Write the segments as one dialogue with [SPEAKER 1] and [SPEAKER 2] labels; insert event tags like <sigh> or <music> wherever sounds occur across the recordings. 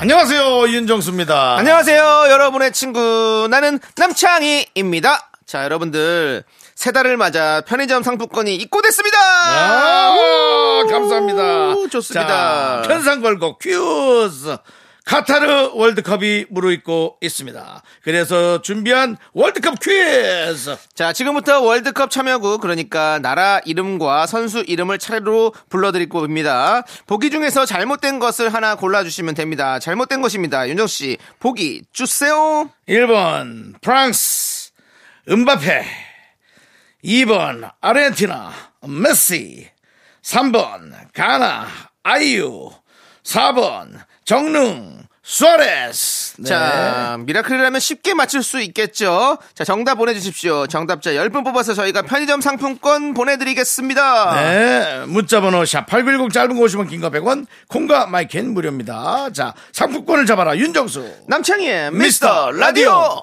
[SPEAKER 1] 안녕하세요 윤정수입니다.
[SPEAKER 2] 안녕하세요, 여러분의 친구. 나는 남창희입니다. 자, 여러분들. 세 달을 맞아 편의점 상품권이 입고됐습니다!
[SPEAKER 1] 아, 우, 감사합니다.
[SPEAKER 2] 우,
[SPEAKER 1] 자,
[SPEAKER 2] 좋습니다.
[SPEAKER 1] 편상 걸고 큐즈. 카타르 월드컵이 무르익고 있습니다. 그래서 준비한 월드컵 퀴즈.
[SPEAKER 2] 자, 지금부터 월드컵 참여국, 그러니까 나라 이름과 선수 이름을 차례로 불러드릴 겁니다. 보기 중에서 잘못된 것을 하나 골라주시면 됩니다. 잘못된 것입니다. 윤정씨, 보기 주세요!
[SPEAKER 1] 1번 프랑스 은바페 2번 아르헨티나 메시 3번 가나 아이유 4번 정릉 수아레스 네.
[SPEAKER 2] 자, 미라클이라면 쉽게 맞출 수 있겠죠? 자, 정답 보내주십시오. 정답자 10분 뽑아서 저희가 편의점 상품권 보내드리겠습니다.
[SPEAKER 1] 네, 문자번호 샵8910 짧은 거 50원 긴거 100원 콩과 마이켄 무료입니다 자 상품권을 잡아라 윤정수
[SPEAKER 2] 남창희의 미스터 라디오!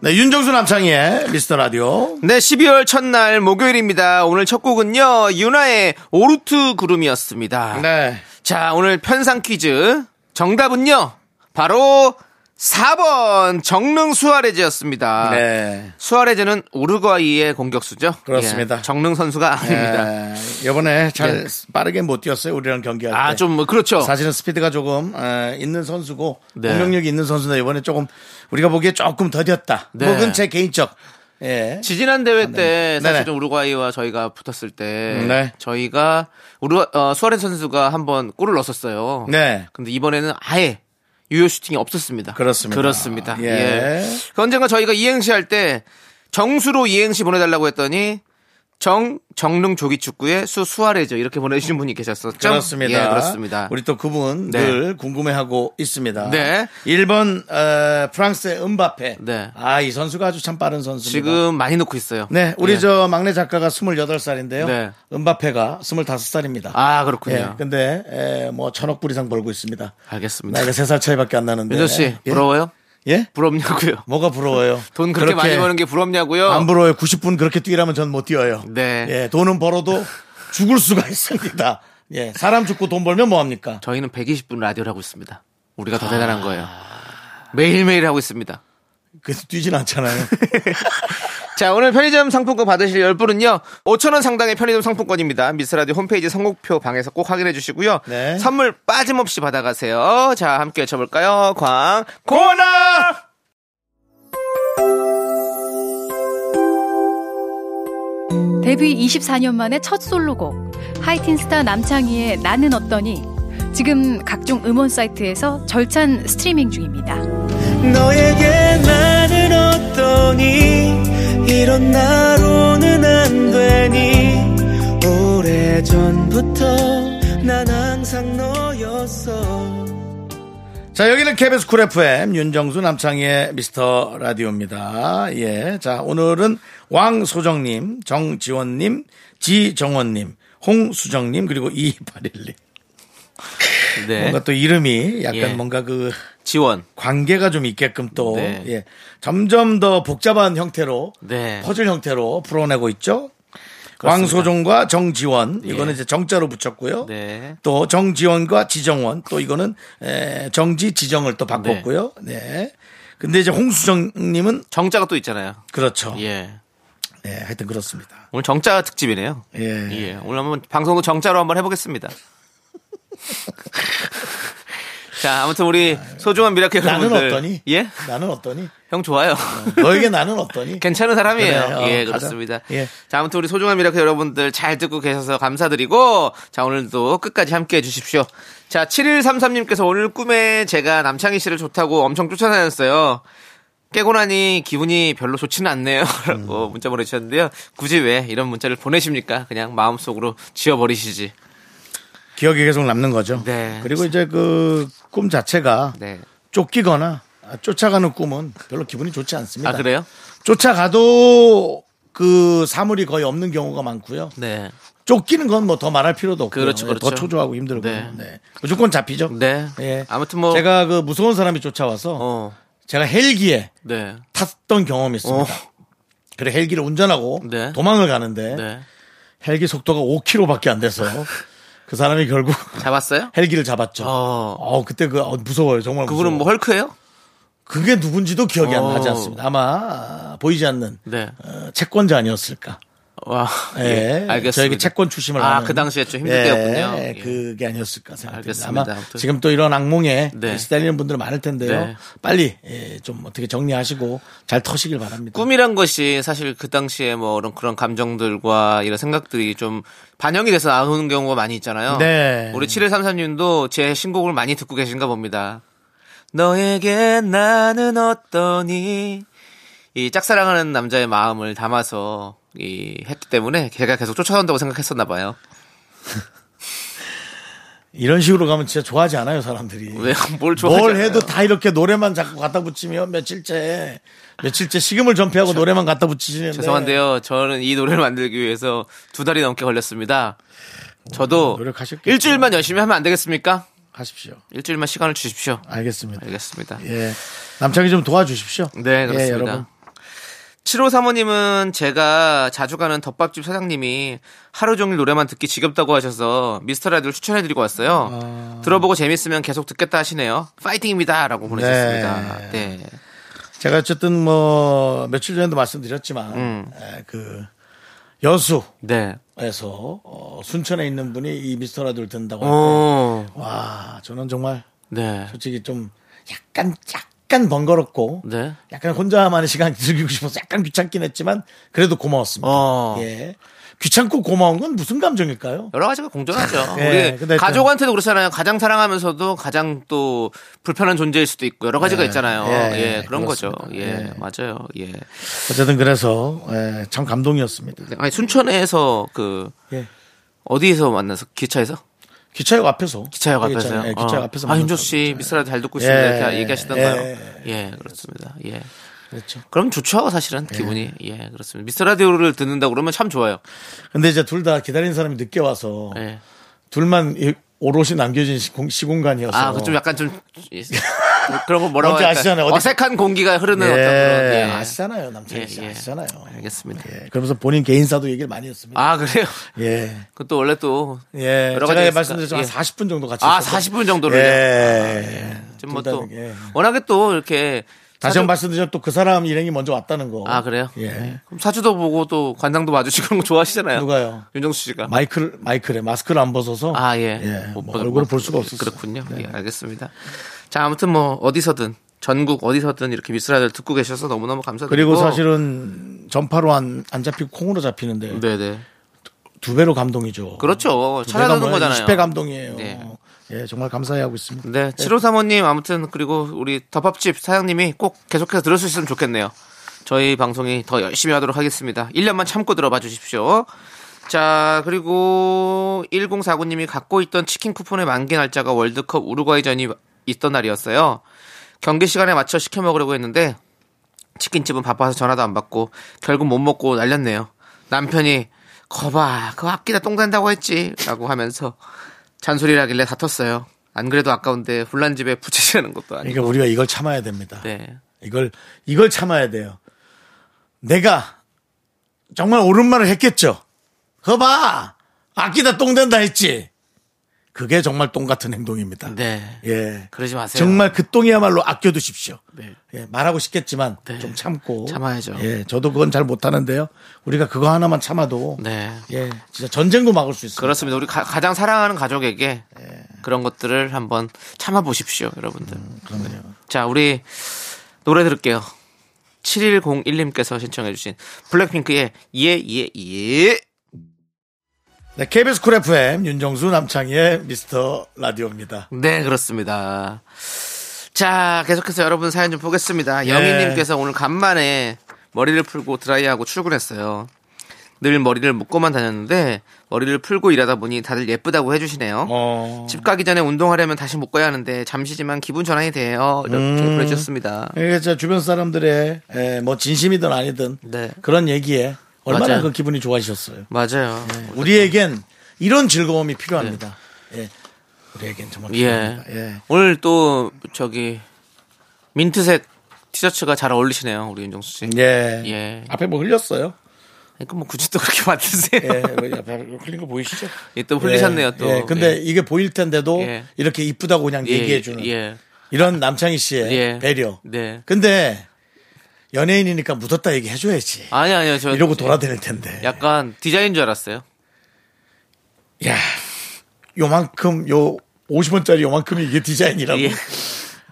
[SPEAKER 1] 네 윤정수 남창희의 미스터 라디오
[SPEAKER 2] 네, 12월 첫날 목요일입니다. 오늘 첫 곡은요, 유나의 오루트 구름이었습니다.
[SPEAKER 1] 네
[SPEAKER 2] 자, 오늘 편상 퀴즈. 정답은요, 바로 4번 정릉 수아레즈였습니다.
[SPEAKER 1] 네.
[SPEAKER 2] 수아레즈는 우루과이의 공격수죠.
[SPEAKER 1] 그렇습니다.
[SPEAKER 2] 예, 정릉 선수가 아닙니다.
[SPEAKER 1] 예, 이번에 네. 잘
[SPEAKER 2] 예.
[SPEAKER 1] 빠르게 못 뛰었어요. 우리랑 경기할 때.
[SPEAKER 2] 아, 좀, 뭐 그렇죠.
[SPEAKER 1] 사실은 스피드가 조금 에, 있는 선수고
[SPEAKER 2] 네.
[SPEAKER 1] 공격력이 있는 선수인데 이번에 조금 우리가 보기에 조금 더뎠다.
[SPEAKER 2] 네.
[SPEAKER 1] 혹은 제 개인적. 예.
[SPEAKER 2] 지지난 대회 때 사실
[SPEAKER 1] 네네.
[SPEAKER 2] 좀 우루과이와 저희가 붙었을 때
[SPEAKER 1] 네.
[SPEAKER 2] 저희가 우루 어, 수아렌 선수가 한번 골을 넣었었어요.
[SPEAKER 1] 네.
[SPEAKER 2] 근데 이번에는 아예 유효 슈팅이 없었습니다.
[SPEAKER 1] 그렇습니다.
[SPEAKER 2] 그렇습니다.
[SPEAKER 1] 예.
[SPEAKER 2] 예. 그 언젠가 저희가 이행시 할 때 정수로 이행시 보내달라고 했더니 정 정릉 조기 축구의 수 수아레즈 이렇게 보내주신 분이 계셨었죠.
[SPEAKER 1] 그렇습니다.
[SPEAKER 2] 예, 그렇습니다.
[SPEAKER 1] 우리 또 그분
[SPEAKER 2] 네.
[SPEAKER 1] 늘 궁금해하고 있습니다.
[SPEAKER 2] 네.
[SPEAKER 1] 1번 어, 프랑스의 은바페.
[SPEAKER 2] 네.
[SPEAKER 1] 아, 이 선수가 아주 참 빠른 선수입니다.
[SPEAKER 2] 지금 많이 놓고 있어요.
[SPEAKER 1] 네, 우리
[SPEAKER 2] 예.
[SPEAKER 1] 저 막내 작가가 28살인데요.
[SPEAKER 2] 네.
[SPEAKER 1] 은바페가 25살입니다.
[SPEAKER 2] 아 그렇군요.
[SPEAKER 1] 예, 근데 에, 뭐 천억 불 이상 벌고 있습니다.
[SPEAKER 2] 알겠습니다.
[SPEAKER 1] 나이가 세 살 차이밖에 안 나는데.
[SPEAKER 2] 민서 씨
[SPEAKER 1] 예?
[SPEAKER 2] 부러워요?
[SPEAKER 1] 예?
[SPEAKER 2] 부럽냐고요?
[SPEAKER 1] 뭐가 부러워요?
[SPEAKER 2] <laughs> 돈 그렇게, 많이 버는 게 부럽냐고요?
[SPEAKER 1] 안 부러워요. 90분 그렇게 뛰라면 전 못 뛰어요.
[SPEAKER 2] 네.
[SPEAKER 1] 예, 돈은 벌어도 죽을 수가 있습니다. 예, 사람 죽고 돈 벌면 뭐 합니까?
[SPEAKER 2] 저희는 120분 라디오를 하고 있습니다. 우리가 더 대단한 거예요. 매일매일 하고 있습니다.
[SPEAKER 1] 그래서 뛰진 않잖아요. <laughs>
[SPEAKER 2] 자, 오늘 편의점 상품권 받으실 10분은요, 5천원 상당의 편의점 상품권입니다. 미스라디 홈페이지 선곡표 방에서 꼭 확인해 주시고요.
[SPEAKER 1] 네.
[SPEAKER 2] 선물 빠짐없이 받아가세요. 자, 함께 외쳐볼까요? 광, 고나!
[SPEAKER 3] 데뷔 24년 만에 첫 솔로곡 하이틴스타 남창희의 나는 어떠니 지금 각종 음원 사이트에서 절찬 스트리밍 중입니다.
[SPEAKER 4] 너에게 나는 어떠니 이런 나로는 안 되니 오래전부터 난 항상 너였어
[SPEAKER 1] 자, 여기는 KBS 쿨 FM 윤정수 남창희의 미스터 라디오입니다. 예. 자, 오늘은 왕소정님, 정지원님, 지정원님, 홍수정님, 그리고 2281님.
[SPEAKER 2] <laughs> 네.
[SPEAKER 1] 뭔가 또 이름이 약간
[SPEAKER 2] 예.
[SPEAKER 1] 뭔가 그
[SPEAKER 2] 지원.
[SPEAKER 1] 관계가 좀 있게끔 또
[SPEAKER 2] 네.
[SPEAKER 1] 예. 점점 더 복잡한 형태로
[SPEAKER 2] 네.
[SPEAKER 1] 퍼즐 형태로 풀어내고 있죠.
[SPEAKER 2] 그렇습니다.
[SPEAKER 1] 왕소종과 정지원 이거는
[SPEAKER 2] 예.
[SPEAKER 1] 이제 정자로 붙였고요.
[SPEAKER 2] 네.
[SPEAKER 1] 또 정지원과 지정원 또 이거는 에, 정지 지정을 또 바꿨고요. 네. 근데 이제 홍수정님은
[SPEAKER 2] 정자가 또 있잖아요.
[SPEAKER 1] 그렇죠. 예.
[SPEAKER 2] 예.
[SPEAKER 1] 하여튼 그렇습니다.
[SPEAKER 2] 오늘 정자 특집이네요.
[SPEAKER 1] 예.
[SPEAKER 2] 예, 오늘 한번 방송도 정자로
[SPEAKER 1] <laughs>
[SPEAKER 2] 한번 해보겠습니다. 자, 아무튼 우리 소중한 미라클
[SPEAKER 1] 나는
[SPEAKER 2] 여러분들.
[SPEAKER 1] 어떠니?
[SPEAKER 2] 예?
[SPEAKER 1] 나는 어떠니?
[SPEAKER 2] 형 좋아요.
[SPEAKER 1] 너에게 나는 어떠니?
[SPEAKER 2] 괜찮은 사람이에요.
[SPEAKER 1] 그래, 어,
[SPEAKER 2] 예,
[SPEAKER 1] 가자.
[SPEAKER 2] 그렇습니다.
[SPEAKER 1] 예.
[SPEAKER 2] 자, 아무튼 우리 소중한 미라클 여러분들 잘 듣고 계셔서 감사드리고, 자, 오늘도 끝까지 함께 해주십시오. 자, 7133님께서 오늘 꿈에 제가 남창희 씨를 좋다고 엄청 쫓아다녔어요. 깨고 나니 기분이 별로 좋지는 않네요. <laughs>
[SPEAKER 1] 음.
[SPEAKER 2] 라고 문자 보내주셨는데요. 굳이 왜 이런 문자를 보내십니까? 그냥 마음속으로 지워버리시지.
[SPEAKER 1] 기억이 계속 남는 거죠.
[SPEAKER 2] 네.
[SPEAKER 1] 그리고 이제 그 꿈 자체가
[SPEAKER 2] 네.
[SPEAKER 1] 쫓기거나 아, 쫓아가는 꿈은 별로 기분이 좋지 않습니다.
[SPEAKER 2] 아, 그래요?
[SPEAKER 1] 쫓아가도 그 사물이 거의 없는 경우가 많고요.
[SPEAKER 2] 네.
[SPEAKER 1] 쫓기는 건 뭐 더 말할 필요도 없고
[SPEAKER 2] 그렇죠,
[SPEAKER 1] 더
[SPEAKER 2] 그렇죠.
[SPEAKER 1] 초조하고 힘들고
[SPEAKER 2] 네.
[SPEAKER 1] 네. 무조건 잡히죠.
[SPEAKER 2] 네.
[SPEAKER 1] 예.
[SPEAKER 2] 아무튼 뭐-
[SPEAKER 1] 제가 그 무서운 사람이 쫓아와서
[SPEAKER 2] 어.
[SPEAKER 1] 제가 헬기에
[SPEAKER 2] 네.
[SPEAKER 1] 탔던 경험이 있습니다.
[SPEAKER 2] 어.
[SPEAKER 1] 그래 헬기를 운전하고
[SPEAKER 2] 네.
[SPEAKER 1] 도망을 가는데
[SPEAKER 2] 네.
[SPEAKER 1] 헬기 속도가 5km밖에 안
[SPEAKER 2] <laughs>
[SPEAKER 1] 돼서 그 사람이 결국 <laughs>
[SPEAKER 2] 잡았어요?
[SPEAKER 1] 헬기를 잡았죠.
[SPEAKER 2] 어.
[SPEAKER 1] 어, 그때 그 어, 무서워요 정말.
[SPEAKER 2] 그분은
[SPEAKER 1] 무서워요.
[SPEAKER 2] 뭐 헐크예요?
[SPEAKER 1] 그게 누군지도 기억이 안
[SPEAKER 2] 어.
[SPEAKER 1] 나지 않습니다. 아마 아, 보이지 않는
[SPEAKER 2] 네.
[SPEAKER 1] 어, 채권자 아니었을까.
[SPEAKER 2] 와.
[SPEAKER 1] 예,
[SPEAKER 2] 예. 알겠습니다.
[SPEAKER 1] 저에게 채권 추심을
[SPEAKER 2] 아,
[SPEAKER 1] 하는.
[SPEAKER 2] 그 당시에 좀 힘들 때였군요.
[SPEAKER 1] 예,
[SPEAKER 2] 예.
[SPEAKER 1] 그게 아니었을까 생각합니다.
[SPEAKER 2] 알겠습니다.
[SPEAKER 1] 아마
[SPEAKER 2] 아무튼.
[SPEAKER 1] 지금 또 이런 악몽에
[SPEAKER 2] 네.
[SPEAKER 1] 시달리는 분들 많을 텐데요.
[SPEAKER 2] 네.
[SPEAKER 1] 빨리 예, 좀 어떻게 정리하시고 잘 터시길 바랍니다.
[SPEAKER 2] 꿈이란 것이 사실 그 당시에 뭐 이런 그런 감정들과 이런 생각들이 좀 반영이 돼서 나오는 경우가 많이 있잖아요.
[SPEAKER 1] 네.
[SPEAKER 2] 우리 7133님도 제 신곡을 많이 듣고 계신가 봅니다. 너에게 나는 어떠니? 이 짝사랑하는 남자의 마음을 담아서 이 했기 때문에 걔가 계속 쫓아온다고 생각했었나 봐요.
[SPEAKER 1] 이런 식으로 가면 진짜 좋아하지 않아요 사람들이.
[SPEAKER 2] 왜뭘 좋아하지?
[SPEAKER 1] 뭘 해도
[SPEAKER 2] 않아요?
[SPEAKER 1] 다 이렇게 노래만 자꾸 갖다 붙이면 며칠째 며칠째 식음을 전폐하고 노래만 갖다 붙이시는데 네.
[SPEAKER 2] 죄송한데요. 저는 이 노래를 만들기 위해서 두 달이 넘게 걸렸습니다. 저도
[SPEAKER 1] 음, 노력하셨겠죠.
[SPEAKER 2] 일주일만 열심히 하면 안 되겠습니까?
[SPEAKER 1] 하십시오.
[SPEAKER 2] 일주일만 시간을 주십시오.
[SPEAKER 1] 알겠습니다.
[SPEAKER 2] 알겠습니다.
[SPEAKER 1] 예. 남창이 좀 도와주십시오.
[SPEAKER 2] 네,
[SPEAKER 1] 예,
[SPEAKER 2] 그렇습니다.
[SPEAKER 1] 여러분.
[SPEAKER 2] 7호 사모님은 제가 자주 가는 덮밥집 사장님이 하루 종일 노래만 듣기 지겹다고 하셔서 미스터 라디오를 추천해드리고 왔어요.
[SPEAKER 1] 아.
[SPEAKER 2] 들어보고 재밌으면 계속 듣겠다 하시네요. 파이팅입니다. 라고 보내셨습니다. 네.
[SPEAKER 1] 제가 어쨌든 뭐 며칠 전에도 말씀드렸지만
[SPEAKER 2] 음.
[SPEAKER 1] 예, 그 여수에서
[SPEAKER 2] 네.
[SPEAKER 1] 어, 순천에 있는 분이 이 미스터 라디오를 듣는다고
[SPEAKER 2] 어.
[SPEAKER 1] 하는데
[SPEAKER 2] 오.
[SPEAKER 1] 와 저는 정말
[SPEAKER 2] 네.
[SPEAKER 1] 솔직히 좀 약간 약간 번거롭고
[SPEAKER 2] 네.
[SPEAKER 1] 약간 혼자만의 시간 즐기고 싶어서 약간 귀찮긴 했지만 그래도 고마웠습니다.
[SPEAKER 2] 어.
[SPEAKER 1] 예. 귀찮고 고마운 건 무슨 감정일까요?
[SPEAKER 2] 여러 가지가 공존하죠.
[SPEAKER 1] 예,
[SPEAKER 2] 우리
[SPEAKER 1] 근데
[SPEAKER 2] 가족한테도 그렇잖아요. 가장 사랑하면서도 가장 또 불편한 존재일 수도 있고 여러 가지가
[SPEAKER 1] 예,
[SPEAKER 2] 있잖아요.
[SPEAKER 1] 예,
[SPEAKER 2] 예,
[SPEAKER 1] 예,
[SPEAKER 2] 그런 거죠. 예,
[SPEAKER 1] 그렇습니다. 예.
[SPEAKER 2] 맞아요. 예.
[SPEAKER 1] 어쨌든 그래서 예, 참 감동이었습니다.
[SPEAKER 2] 아니 순천에서 그
[SPEAKER 1] 예.
[SPEAKER 2] 어디에서 만나서 기차에서?
[SPEAKER 1] 기차역 앞에서
[SPEAKER 2] 기차역 앞에서요.
[SPEAKER 1] 예, 기차역
[SPEAKER 2] 어.
[SPEAKER 1] 앞에서
[SPEAKER 2] 아, 윤조
[SPEAKER 1] 만났다고
[SPEAKER 2] 씨
[SPEAKER 1] 그랬잖아요.
[SPEAKER 2] 미스라도 잘 듣고
[SPEAKER 1] 예,
[SPEAKER 2] 있습니다. 이렇게
[SPEAKER 1] 예,
[SPEAKER 2] 얘기하시던가요? 예,
[SPEAKER 1] 예,
[SPEAKER 2] 그렇습니다. 예.
[SPEAKER 1] 그렇죠.
[SPEAKER 2] 그럼 좋죠, 사실은 기분이. 예, 그렇습니다. 미스 라디오를 듣는다 고 그러면 참 좋아요.
[SPEAKER 1] 근데 이제 둘 다 기다리는 사람이 늦게 와서
[SPEAKER 2] 예.
[SPEAKER 1] 둘만 이- 오롯이 남겨진 시공, 시공간이어서
[SPEAKER 2] 아, 그 좀 약간 좀
[SPEAKER 1] <laughs>
[SPEAKER 2] 예. 그런 거 뭐라고
[SPEAKER 1] 뭔지
[SPEAKER 2] 할까요?
[SPEAKER 1] 아시잖아요. 어디-
[SPEAKER 2] 어색한 공기가 흐르는
[SPEAKER 1] 예,
[SPEAKER 2] 어떤 그런 예.
[SPEAKER 1] 아시잖아요 남창희 씨
[SPEAKER 2] 예, 예.
[SPEAKER 1] 아시잖아요.
[SPEAKER 2] 알겠습니다.
[SPEAKER 1] 예, 그러면서 본인 개인사도 얘기를 많이 했습니다.
[SPEAKER 2] 아, 그래요?
[SPEAKER 1] 예.
[SPEAKER 2] 그 또 원래 또
[SPEAKER 1] 예,
[SPEAKER 2] 여러 가지가
[SPEAKER 1] 제가
[SPEAKER 2] 있으니까.
[SPEAKER 1] 말씀드렸지만
[SPEAKER 2] 예.
[SPEAKER 1] 한 40분 정도 같이
[SPEAKER 2] 아,
[SPEAKER 1] 있었거든요.
[SPEAKER 2] 40분 정도를요?
[SPEAKER 1] 예.
[SPEAKER 2] 좀 뭐
[SPEAKER 1] 둘다
[SPEAKER 2] 또,
[SPEAKER 1] 예.
[SPEAKER 2] 워낙에 또 이렇게.
[SPEAKER 1] 다시 한번
[SPEAKER 2] 사주-
[SPEAKER 1] 말씀드리면 또 그 사람 일행이 먼저 왔다는 거.
[SPEAKER 2] 아, 그래요?
[SPEAKER 1] 예.
[SPEAKER 2] 그럼 사주도 보고 또 관상도 봐주시고 그런 거 좋아하시잖아요.
[SPEAKER 1] 누가요?
[SPEAKER 2] 윤정수 씨가.
[SPEAKER 1] 마이크를 마이크래 마스크를 안 벗어서
[SPEAKER 2] 아, 예. 못
[SPEAKER 1] 뭐
[SPEAKER 2] 봐도-
[SPEAKER 1] 얼굴을 볼 수가 없었어요.
[SPEAKER 2] 그렇군요.
[SPEAKER 1] 네.
[SPEAKER 2] 예, 알겠습니다. 자, 아무튼 뭐, 어디서든, 전국 어디서든 이렇게 미스라들 듣고 계셔서 너무너무 감사드리고.
[SPEAKER 1] 그리고 사실은 전파로 안, 안 잡히고 콩으로 잡히는데
[SPEAKER 2] 네네.
[SPEAKER 1] 두 배로 감동이죠.
[SPEAKER 2] 그렇죠.
[SPEAKER 1] 두 배가
[SPEAKER 2] 찾아듣는
[SPEAKER 1] 뭐야?
[SPEAKER 2] 거잖아요.
[SPEAKER 1] 20배 감동이에요.
[SPEAKER 2] 네.
[SPEAKER 1] 예, 정말 감사해 하고 있습니다.
[SPEAKER 2] 네, 7호 사모님 아무튼 그리고 우리 덮밥집 사장님이 꼭 계속해서 들으셨으면 좋겠네요. 저희 방송이 더 열심히 하도록 하겠습니다. 1년만 참고 들어봐 주십시오. 자, 그리고 1049님이 갖고 있던 치킨 쿠폰의 만기 날짜가 월드컵 우루과이전이 있던 날이었어요. 경기 시간에 맞춰 시켜 먹으려고 했는데 치킨집은 바빠서 전화도 안 받고 결국 못 먹고 날렸네요. 남편이 거봐 그 앞기다 똥 된다고 했지라고 하면서 잔소리를 하길래 다퉜어요. 안 그래도 아까운데 불난 집에 부채질하는 것도 아니고.
[SPEAKER 1] 그러니까 우리가 이걸 참아야 됩니다.
[SPEAKER 2] 네.
[SPEAKER 1] 이걸 이걸 참아야 돼요. 내가 정말 옳은 말을 했겠죠. 거봐 아끼다 똥 된다 했지. 그게 정말 똥 같은 행동입니다.
[SPEAKER 2] 네.
[SPEAKER 1] 예.
[SPEAKER 2] 그러지 마세요.
[SPEAKER 1] 정말 그 똥이야말로 아껴두십시오.
[SPEAKER 2] 네.
[SPEAKER 1] 예, 말하고 싶겠지만
[SPEAKER 2] 네.
[SPEAKER 1] 좀 참고
[SPEAKER 2] 참아야죠.
[SPEAKER 1] 예, 저도 그건 잘 못하는데요. 우리가 그거 하나만 참아도
[SPEAKER 2] 네.
[SPEAKER 1] 예, 진짜 전쟁도 막을 수 있습니다.
[SPEAKER 2] 그렇습니다. 우리 가, 가장 사랑하는 가족에게
[SPEAKER 1] 네.
[SPEAKER 2] 그런 것들을 한번 참아 보십시오, 여러분들.
[SPEAKER 1] 그렇네요.
[SPEAKER 2] 자, 우리 노래 들을게요. 7101님께서 신청해주신 블랙핑크의 예, 예, 예.
[SPEAKER 1] 네, KBS 쿨 FM 윤정수 남창희의 미스터 라디오입니다.
[SPEAKER 2] 네, 그렇습니다. 자, 계속해서 여러분 사연 좀 보겠습니다. 영희님께서 오늘 간만에 머리를 풀고 드라이하고 출근했어요. 늘 머리를 묶고만 다녔는데 머리를 풀고 일하다 보니 다들 예쁘다고 해주시네요.
[SPEAKER 1] 어.
[SPEAKER 2] 집 가기 전에 운동하려면 다시 묶어야 하는데 잠시지만 기분 전환이 돼요. 이렇게 보내주셨습니다.
[SPEAKER 1] 이게 예, 저 주변 사람들의 에, 뭐 진심이든 아니든
[SPEAKER 2] 네.
[SPEAKER 1] 그런 얘기에 얼마나
[SPEAKER 2] 맞아요.
[SPEAKER 1] 그 기분이 좋아지셨어요.
[SPEAKER 2] 맞아요.
[SPEAKER 1] 우리에겐 이런 즐거움이 필요합니다. 예. 우리에겐 정말
[SPEAKER 2] 네. 예.
[SPEAKER 1] 필요합니다. 예.
[SPEAKER 2] 오늘 또 저기 민트색 티셔츠가 잘 어울리시네요, 우리 윤정수 씨.
[SPEAKER 1] 예.
[SPEAKER 2] 예.
[SPEAKER 1] 앞에 뭐 흘렸어요?
[SPEAKER 2] 그러니까 뭐 굳이 또 그렇게 <laughs> 만드세요.
[SPEAKER 1] 예. 여기 앞에 흘린 거 보이시죠?
[SPEAKER 2] 예, 또 흘리셨네요, 또.
[SPEAKER 1] 예, 근데
[SPEAKER 2] 예.
[SPEAKER 1] 이게 보일 텐데도
[SPEAKER 2] 예.
[SPEAKER 1] 이렇게 이쁘다고 그냥
[SPEAKER 2] 예,
[SPEAKER 1] 얘기해 주는
[SPEAKER 2] 예.
[SPEAKER 1] 이런 남창희 씨의
[SPEAKER 2] 예.
[SPEAKER 1] 배려.
[SPEAKER 2] 네.
[SPEAKER 1] 근데 연예인이니까 묻었다 얘기 해줘야지.
[SPEAKER 2] 아니 아니요, 저
[SPEAKER 1] 이러고 돌아다닐 텐데.
[SPEAKER 2] 약간 디자인 줄 알았어요.
[SPEAKER 1] 야, 요만큼 요 50원짜리 요만큼이 이게 디자인이라고.
[SPEAKER 2] 예.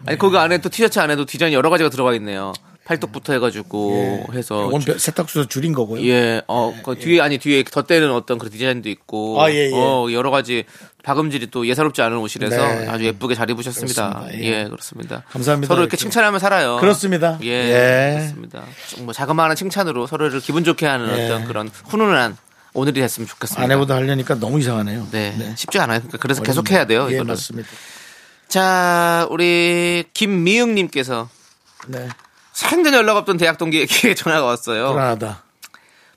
[SPEAKER 2] 아니 거기 안에 또 티셔츠 안에도 디자인 여러 가지가 들어가 있네요. 팔뚝부터 해가지고
[SPEAKER 1] 예.
[SPEAKER 2] 해서
[SPEAKER 1] 원 세탁소에서 줄인 거고요.
[SPEAKER 2] 예, 어, 그 뒤에, 아니, 뒤에 덧대는 어떤 그런 디자인도 있고,
[SPEAKER 1] 아, 예, 예.
[SPEAKER 2] 어, 여러 가지 박음질이 또 예사롭지 않은 옷이라서
[SPEAKER 1] 네.
[SPEAKER 2] 아주 예쁘게 잘 입으셨습니다.
[SPEAKER 1] 그렇습니다. 예.
[SPEAKER 2] 예. 그렇습니다.
[SPEAKER 1] 감사합니다.
[SPEAKER 2] 서로 이렇게
[SPEAKER 1] 이렇게.
[SPEAKER 2] 칭찬하면 살아요.
[SPEAKER 1] 그렇습니다.
[SPEAKER 2] 예,
[SPEAKER 1] 예.
[SPEAKER 2] 그렇습니다. 좀뭐 자그마한 칭찬으로 서로를 기분 좋게 하는
[SPEAKER 1] 예.
[SPEAKER 2] 어떤 그런 훈훈한 오늘이 됐으면 좋겠습니다.
[SPEAKER 1] 아내보다 하려니까 너무 이상하네요.
[SPEAKER 2] 네, 쉽지 않아요. 그러니까 그래서 계속 해야 돼요.
[SPEAKER 1] 예,
[SPEAKER 2] 이거를.
[SPEAKER 1] 맞습니다.
[SPEAKER 2] 자, 우리 김미영님께서
[SPEAKER 1] 네.
[SPEAKER 2] 생전 연락 없던 대학 동기에게 <laughs> 전화가 왔어요.
[SPEAKER 1] 불안하다.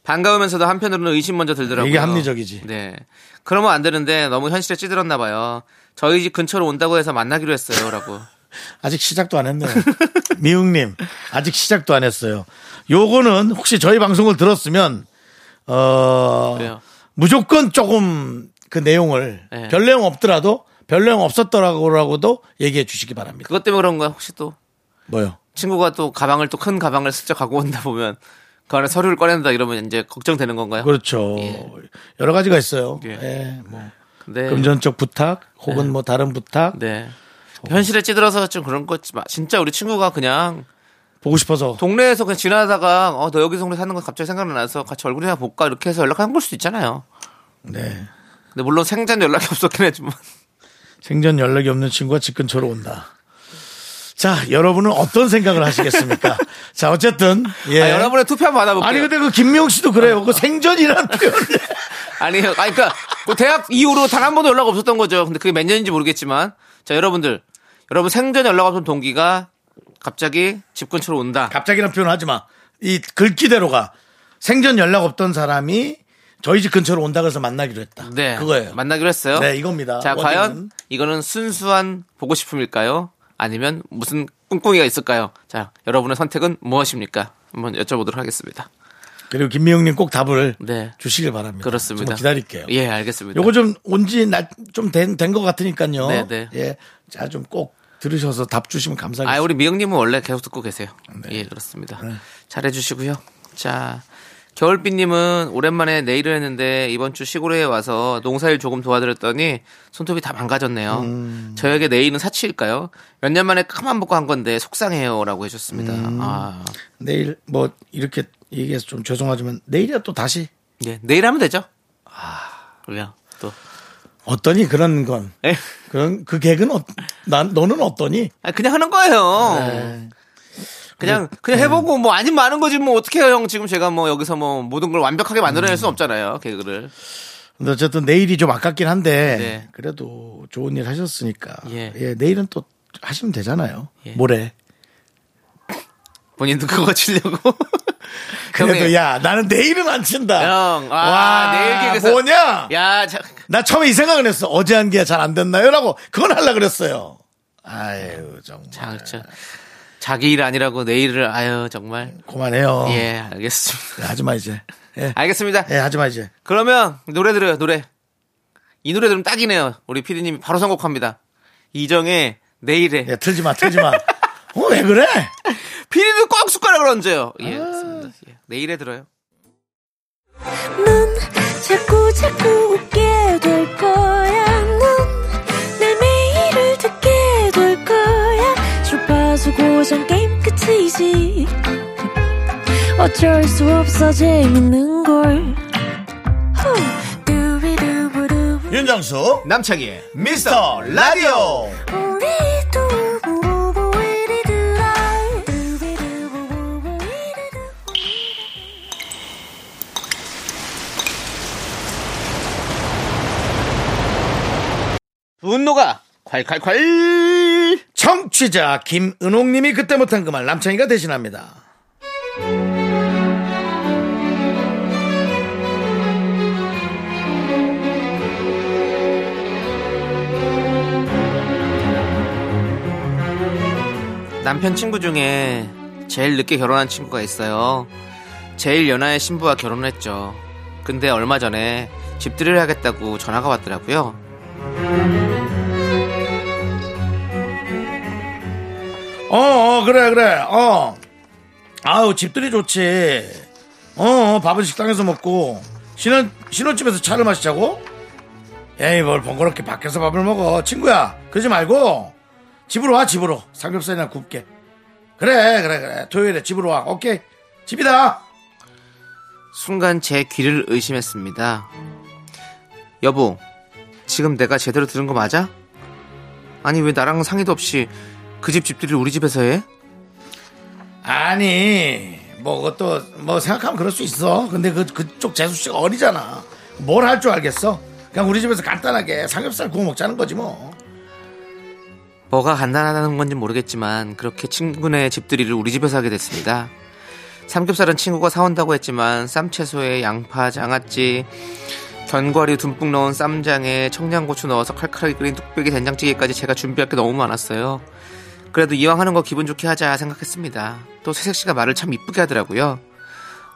[SPEAKER 2] 반가우면서도 한편으로는 의심 먼저 들더라고요.
[SPEAKER 1] 이게 합리적이지.
[SPEAKER 2] 네. 그러면 안 되는데 너무 현실에 찌들었나 봐요. 저희 집 근처로 온다고 해서 만나기로 했어요라고.
[SPEAKER 1] 아직 시작도 안
[SPEAKER 2] <laughs>
[SPEAKER 1] 했네요. 미웅님, 아직 시작도 안 했어요. 요거는 혹시 저희 방송을 들었으면, 어,
[SPEAKER 2] 그래요.
[SPEAKER 1] 무조건 조금 그 내용을
[SPEAKER 2] 네.
[SPEAKER 1] 별 내용 없더라도 별 내용 없었더라고라고도 얘기해 주시기 바랍니다.
[SPEAKER 2] 그것 때문에 그런 거야. 혹시 또
[SPEAKER 1] 뭐요?
[SPEAKER 2] 친구가 또 가방을 또 큰 가방을 슬쩍 갖고 온다 보면 그 안에 서류를 꺼낸다 이러면 이제 걱정되는 건가요?
[SPEAKER 1] 그렇죠. 여러 가지가 있어요. 예.
[SPEAKER 2] 예.
[SPEAKER 1] 뭐
[SPEAKER 2] 근데
[SPEAKER 1] 금전적 부탁 혹은 뭐 다른 부탁
[SPEAKER 2] 네. 현실에 찌들어서 좀 그런 거지 마. 진짜 우리 친구가 그냥
[SPEAKER 1] 보고 싶어서
[SPEAKER 2] 동네에서 그냥 지나다가 어 너 여기 동네 사는 거 갑자기 생각나서 같이 얼굴이나 볼까 이렇게 해서 연락한 걸 수도 있잖아요.
[SPEAKER 1] 네.
[SPEAKER 2] 근데 물론 생전 연락이 <laughs> 없었긴 했지만
[SPEAKER 1] 생전 연락이 없는 친구가 집 근처로 온다. 자, 여러분은 어떤 생각을
[SPEAKER 2] <laughs>
[SPEAKER 1] 하시겠습니까? 자, 어쨌든 예.
[SPEAKER 2] 아, 여러분의 투표 한번 받아볼게요. 아.
[SPEAKER 1] 아니 근데 그 김미용 씨도 그래요. 그 생전이라는 표현.
[SPEAKER 2] 아니, 아니, 그러니까 그 대학 이후로 단 한 번도 연락 없었던 거죠. 근데 그게 몇 년인지 모르겠지만, 자 여러분들, 여러분 생전 연락 없던 동기가 갑자기 집 근처로 온다.
[SPEAKER 1] <laughs> 갑자기란 표현 하지 마. 이 글귀대로가 생전 연락 없던 사람이 저희 집 근처로 온다고 해서 만나기로 했다.
[SPEAKER 2] 네,
[SPEAKER 1] 그거예요.
[SPEAKER 2] 만나기로 했어요.
[SPEAKER 1] 네, 이겁니다.
[SPEAKER 2] 자,
[SPEAKER 1] 워딩은.
[SPEAKER 2] 과연 이거는 순수한 보고 싶음일까요? 아니면 무슨 꿍꿍이가 있을까요? 자, 여러분의 선택은 무엇입니까? 한번 여쭤보도록 하겠습니다.
[SPEAKER 1] 그리고 김미용님 꼭 답을
[SPEAKER 2] 네.
[SPEAKER 1] 주시길 바랍니다.
[SPEAKER 2] 그렇습니다.
[SPEAKER 1] 좀 기다릴게요.
[SPEAKER 2] 예, 알겠습니다.
[SPEAKER 1] 요거 좀 온지 좀된된 것 같으니까요.
[SPEAKER 2] 네, 네.
[SPEAKER 1] 예, 자 좀 꼭 들으셔서 답 주시면
[SPEAKER 2] 아,
[SPEAKER 1] 감사하겠습니다. 네.
[SPEAKER 2] 우리 미영님은 원래 계속 듣고 계세요. 예, 그렇습니다. 잘해주시고요. 자, 겨울비님은 오랜만에 내일을 했는데 이번 주 시골에 와서 농사일 조금 도와드렸더니 손톱이 다 망가졌네요.
[SPEAKER 1] 음.
[SPEAKER 2] 저에게 내일은 사치일까요? 몇 년 만에 까만 먹고 한 건데 속상해요라고 해줬습니다.
[SPEAKER 1] 음.
[SPEAKER 2] 아,
[SPEAKER 1] 내일 뭐 이렇게 얘기해서 좀 죄송하지만 내일이야 또 다시
[SPEAKER 2] 예, 내일 하면 되죠. 아, 왜요? 또.
[SPEAKER 1] 어떠니 그런 건
[SPEAKER 2] 에?
[SPEAKER 1] 그런 그 개그는 어, 난 너는 어떠니?
[SPEAKER 2] 아, 그냥 하는 거예요.
[SPEAKER 1] 네.
[SPEAKER 2] 그냥 그냥
[SPEAKER 1] 음.
[SPEAKER 2] 해보고 뭐 아니면 아는 거지 뭐 어떻게 해요 형 지금 제가 뭐 여기서 뭐 모든 걸 완벽하게 만들어낼 수는 없잖아요 개그를
[SPEAKER 1] 근데 어쨌든 내일이 좀 아깝긴 한데
[SPEAKER 2] 네.
[SPEAKER 1] 그래도 좋은 일 하셨으니까 예,
[SPEAKER 2] 예.
[SPEAKER 1] 내일은 또 하시면 되잖아요.
[SPEAKER 2] 예.
[SPEAKER 1] 모레.
[SPEAKER 2] 본인도 그거 치려고.
[SPEAKER 1] <laughs> 그래도
[SPEAKER 2] 형님.
[SPEAKER 1] 야 나는 내일은 안 친다.
[SPEAKER 2] 형, 아,
[SPEAKER 1] 와
[SPEAKER 2] 내일 개그에서-
[SPEAKER 1] 뭐냐?
[SPEAKER 2] 야, 자,
[SPEAKER 1] 나 처음에 이 생각을 했어. 어제 한 게 잘 안 됐나요? 라고 그건 하려 그랬어요. 아유, 정말.
[SPEAKER 2] 자, 자, 자기 일 아니라고 내일을 아유 정말.
[SPEAKER 1] 그만해요.
[SPEAKER 2] 예, 알겠습니다.
[SPEAKER 1] 하지 마, 이제. 예.
[SPEAKER 2] 알겠습니다.
[SPEAKER 1] 예, 하지 마, 이제.
[SPEAKER 2] 그러면 노래 들어요, 노래. 이 노래 들으면 딱이네요. 우리 피디님이 바로 선곡합니다. 이정의 내일에.
[SPEAKER 1] 예, 틀지 마, 틀지
[SPEAKER 2] <laughs>
[SPEAKER 1] 마. 어, 왜 그래?
[SPEAKER 2] 피디도 꼭 숟가락을 얹어요. 예,
[SPEAKER 1] 아.
[SPEAKER 2] 그렇습니다. 예, 내일에 들어요.
[SPEAKER 5] 넌 자꾸 자꾸 웃게 될 거야. 넌내 매일을 듣게 될 거야. 주파수 고정 게임 끝이지. 어쩔 수 없어 재밌는 걸. 후. 두비두부두.
[SPEAKER 1] 윤정수,
[SPEAKER 2] 남창희의
[SPEAKER 1] 미스터 라디오.
[SPEAKER 5] 우리 두부부부 우리 두라. 두비두부부부 우리 두부.
[SPEAKER 2] 분노가 콸콸콸
[SPEAKER 1] 청취자 김은옥님이 그때 못한 그 말 남창희가 대신합니다.
[SPEAKER 2] 남편 친구 중에 제일 늦게 결혼한 친구가 있어요. 제일 연하의 신부와 결혼했죠. 근데 얼마 전에 집들이를 하겠다고 전화가 왔더라고요.
[SPEAKER 1] 어, 어 그래 그래 어 아우 집들이 좋지 어, 어 밥은 식당에서 먹고 신혼 신혼집에서 차를 마시자고 에이 뭘 번거롭게 밖에서 밥을 먹어 친구야 그러지 말고 집으로 와 집으로 삼겹살이나 굽게 그래 그래 그래 토요일에 집으로 와 오케이 집이다
[SPEAKER 2] 순간 제 귀를 의심했습니다. 여보, 지금 내가 제대로 들은 거 맞아? 아니 왜 나랑 상의도 없이 그 집 집들이를 우리 집에서 해?
[SPEAKER 1] 아니 뭐 그것도 뭐 생각하면 그럴 수 있어 근데 그, 그쪽 재수 씨가 어리잖아 뭘 할 줄 알겠어 그냥 우리 집에서 간단하게 삼겹살 구워 먹자는 거지 뭐
[SPEAKER 2] 뭐가 간단하다는 건지 모르겠지만 그렇게 친구네 집들이를 우리 집에서 하게 됐습니다. 삼겹살은 친구가 사온다고 했지만 쌈채소에 양파, 장아찌, 견과류 듬뿍 넣은 쌈장에 청양고추 넣어서 칼칼하게 끓인 뚝배기 된장찌개까지 제가 준비할 게 너무 많았어요. 그래도 이왕 하는 거 기분 좋게 하자 생각했습니다. 또 세색 씨가 말을 참 이쁘게 하더라고요.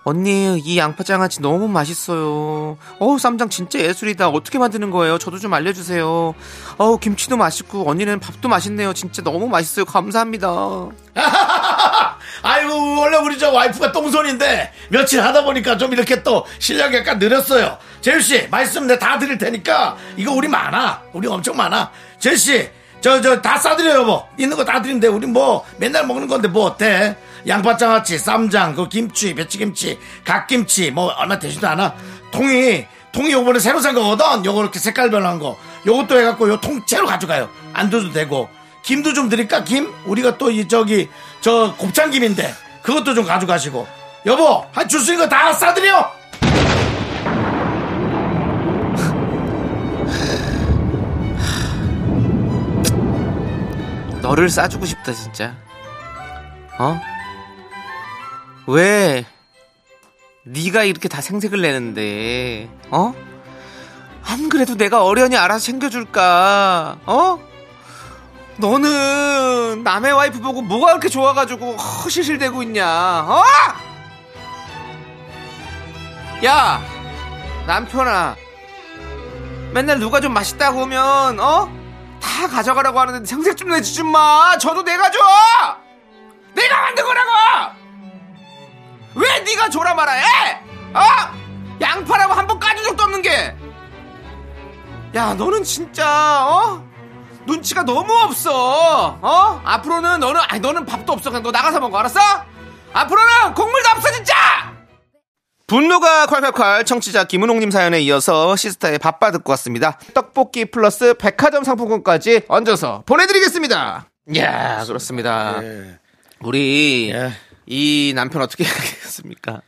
[SPEAKER 2] 언니 이 양파장아찌 너무 맛있어요. 어우 쌈장 진짜 예술이다. 어떻게 만드는 거예요? 저도 좀 알려주세요. 어우 김치도 맛있고 언니는 밥도 맛있네요. 진짜 너무 맛있어요. 감사합니다.
[SPEAKER 1] <laughs> 아이고 원래 우리 저 와이프가 똥손인데 며칠 하다 보니까 좀 이렇게 또 실력이 약간 느렸어요. 재유 씨 말씀 내가 다 드릴 테니까 이거 우리 많아, 우리 엄청 많아. 재유 씨저 저 다 싸드려 여보 있는 거 다 드린데 우리 뭐 맨날 먹는 건데 뭐 어때? 양파장아찌, 쌈장, 그 김치, 배추김치, 갓김치 뭐 얼마 되지도 않아. 통이 통이 요번에 새로 산 거거든. 요거 이렇게 색깔 변한 거. 요것도 해갖고 요 통째로 가져가요. 안 둬도 되고. 김도 좀 드릴까? 김? 우리가 또 이 저기 저 곱창김인데 그것도 좀 가져가시고 여보 한 줄 수 있는 거 다 싸드려 아,
[SPEAKER 2] 너를 싸주고 싶다 진짜. 어? 왜 네가 이렇게 다 생색을 내는데? 어? 안 그래도 내가 어련히 알아서 챙겨줄까? 어? 너는 남의 와이프 보고 뭐가 그렇게 좋아가지고 허실실대고 있냐? 어? 야 남편아 맨날 누가 좀 맛있다고 하면 어? 다 가져가라고 하는데 생색 좀 내지 좀 마. 저도 내가 줘. 내가 만든 거라고. 왜 네가 줘라 말아 해? 어? 양파라고 한 번 까준 적도 없는 게. 야 너는 진짜 어? 눈치가 너무 없어. 어? 앞으로는 너는 아니 너는 밥도 없어. 그냥 너 나가서 먹어 알았어? 앞으로는 국물도 없어 진짜. 분노가 콸콸콸 청취자 김은홍님 사연에 이어서 시스타의 바빠 듣고 왔습니다. 떡볶이 플러스 백화점 상품권까지 얹어서 보내드리겠습니다. 이야 그렇습니다. 우리
[SPEAKER 1] 예.
[SPEAKER 2] 이 남편 어떻게 하겠습니까?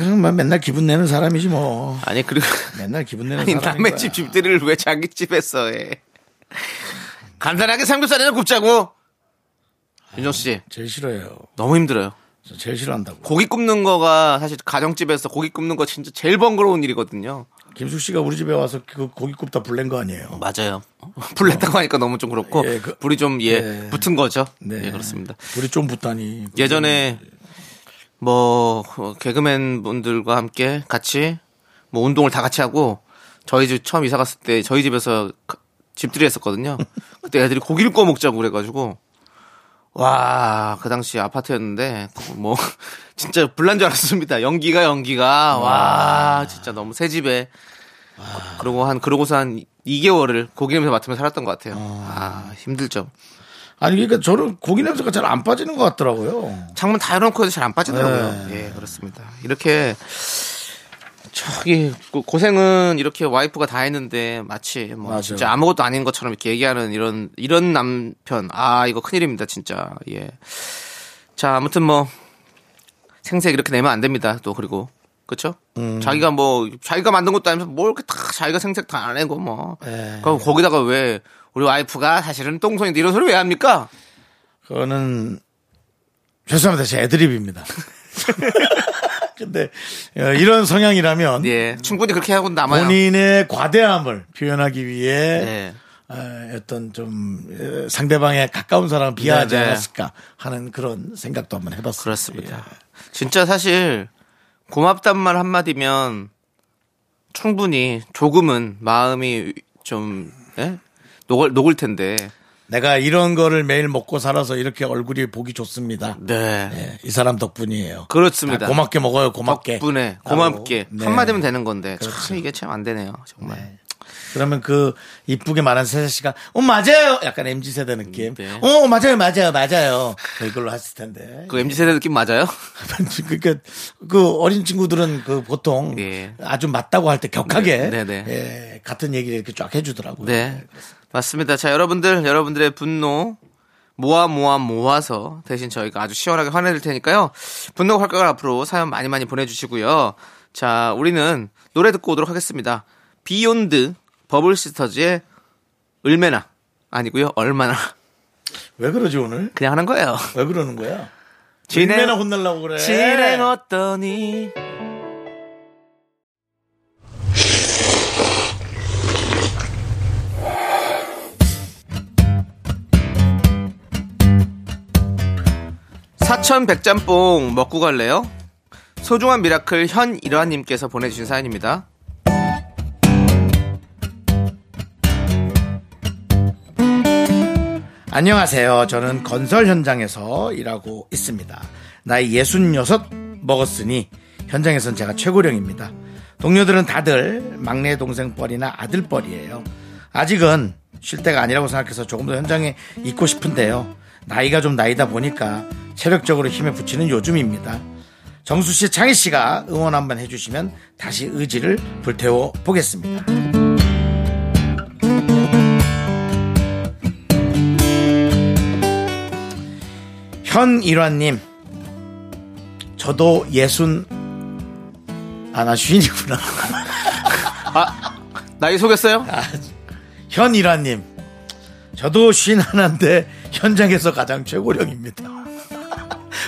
[SPEAKER 1] 그럼 뭐 맨날 기분 내는 사람이지 뭐
[SPEAKER 2] 아니 그리고
[SPEAKER 1] 맨날 기분 내는
[SPEAKER 2] 아니,
[SPEAKER 1] 사람이
[SPEAKER 2] 남의 집 집들이를 왜 자기 집에서 해? 간단하게 삼겹살이나 굽자고. 윤정 씨
[SPEAKER 1] 제일 싫어요
[SPEAKER 2] 너무 힘들어요.
[SPEAKER 1] 저 제일 싫어한다고
[SPEAKER 2] 고기 굽는 거가 사실 가정집에서 고기 굽는 거 진짜 제일 번거로운 일이거든요.
[SPEAKER 1] 김숙 씨가 우리 집에 와서 그 고깃국 다 불낸 거 아니에요
[SPEAKER 2] 맞아요. <laughs> 불 냈다고 하니까 너무 좀 그렇고
[SPEAKER 1] 예, 그-
[SPEAKER 2] 불이 좀 예
[SPEAKER 1] 예.
[SPEAKER 2] 붙은 거죠. 예 그렇습니다.
[SPEAKER 1] 불이 좀 붙다니
[SPEAKER 2] 예전에 뭐 어, 개그맨 분들과 함께 같이 뭐 운동을 다 같이 하고 저희 집 처음 이사 갔을 때 저희 집에서 가- 집들이 했었거든요. 그때 애들이 고기를 구워 먹자고 그래가지고 와 그 당시 아파트였는데 그뭐 <laughs> 진짜 불난 줄 알았습니다. 연기가 연기가 와 진짜 너무 새 집에 그러고 한 그러고서 한 2개월을 고기 냄새 맡으며 살았던 것 같아요. 아 힘들죠.
[SPEAKER 1] 아니 그러니까 저는 고기 냄새가 잘 안 빠지는 것 같더라고요
[SPEAKER 2] 창문 다 열어놓고 해도 잘 안 빠지더라고요.
[SPEAKER 1] 네.
[SPEAKER 2] 예, 그렇습니다. 이렇게 저기 고- 고생은 이렇게 와이프가 다 했는데 마치 뭐
[SPEAKER 1] 맞아요.
[SPEAKER 2] 진짜 아무것도 아닌 것처럼 이렇게 얘기하는 이런 이런 남편 아 이거 큰일입니다 진짜 예. 자 아무튼 뭐 생색 이렇게 내면 안 됩니다. 또 그리고 그렇죠?
[SPEAKER 1] 음.
[SPEAKER 2] 자기가 뭐 자기가 만든 것도 아니면서 뭘 이렇게 다 자기가 생색 다 안 해고 뭐.
[SPEAKER 1] 예.
[SPEAKER 2] 그럼 거기다가 왜 우리 와이프가 사실은 똥손인데 이런 소리 왜 합니까?
[SPEAKER 1] 그거는 죄송합니다. 제 애드립입니다. <laughs> 근데 어, 이런 성향이라면
[SPEAKER 2] 예, 충분히 그렇게 하고 남아요.
[SPEAKER 1] 본인의 과대함을 표현하기 위해
[SPEAKER 2] 예.
[SPEAKER 1] 어, 어떤 좀 어, 상대방에 가까운 사람을 비하하지
[SPEAKER 2] 네, 네.
[SPEAKER 1] 않았을까 하는 그런 생각도 한번 해봤습니다. 예.
[SPEAKER 2] 그렇습니다. 예. 진짜 사실 고맙단 말 한마디면 충분히 조금은 마음이 좀 예? 녹을 녹을 텐데.
[SPEAKER 1] 내가 이런 거를 매일 먹고 살아서 이렇게 얼굴이 보기 좋습니다.
[SPEAKER 2] 네.
[SPEAKER 1] 예, 이 사람 덕분이에요.
[SPEAKER 2] 그렇습니다.
[SPEAKER 1] 아, 고맙게 먹어요. 고맙게.
[SPEAKER 2] 덕분에 고맙게
[SPEAKER 1] 네. 그렇죠.
[SPEAKER 2] 한마디면 되는 건데 참 이게 참 안 되네요. 정말.
[SPEAKER 1] 그러면 그 이쁘게 말한 세자 씨가 어 맞아요. 약간 mz 세대 느낌.
[SPEAKER 2] 네.
[SPEAKER 1] 어 맞아요, 맞아요, 맞아요. 뭐 이걸로 하실 텐데.
[SPEAKER 2] 그 MZ 세대 느낌 맞아요?
[SPEAKER 1] 그러니까 <laughs> 그 어린 친구들은 그 보통
[SPEAKER 2] 예.
[SPEAKER 1] 아주 맞다고 할 때 격하게
[SPEAKER 2] 네, 네,
[SPEAKER 1] 예, 같은 얘기를 이렇게 쫙 해주더라고요.
[SPEAKER 2] 네. 맞습니다. 자, 여러분들, 여러분들의 분노 모아 모아 모아서 대신 저희가 아주 시원하게 화내드릴 테니까요. 분노 활각을 앞으로 사연 많이 많이 보내주시고요. 자, 우리는 노래 듣고 오도록 하겠습니다. 비욘드 버블 시스터즈의 얼마나 아니고요. 얼마나 <laughs>
[SPEAKER 1] 왜 그러지 오늘?
[SPEAKER 2] 그냥 하는 거예요.
[SPEAKER 1] 왜 그러는 거야?
[SPEAKER 2] 진행-
[SPEAKER 1] 얼마나 혼날라고 그래?
[SPEAKER 2] 진행 어떠니? 사천 백짬뽕 먹고 갈래요? 소중한 미라클 현일화님께서 보내주신 사연입니다.
[SPEAKER 1] 안녕하세요. 저는 건설 현장에서 일하고 있습니다. 나이 66 먹었으니 현장에선 제가 최고령입니다. 동료들은 다들 막내 동생 뻘이나 아들 뻘이에요. 아직은 쉴 때가 아니라고 생각해서 조금 더 현장에 있고 싶은데요. 나이가 좀 나이다 보니까 체력적으로 힘에 붙이는 요즘입니다. 정수 씨, 창희 씨가 응원 한번 해주시면 다시 의지를 불태워 보겠습니다. 현일환님, 저도 예순, 아, 나 쉰이구나. <laughs>
[SPEAKER 2] 아, 나이 속였어요?
[SPEAKER 1] 현일환님, 저도 쉰 하나인데 현장에서 가장 최고령입니다.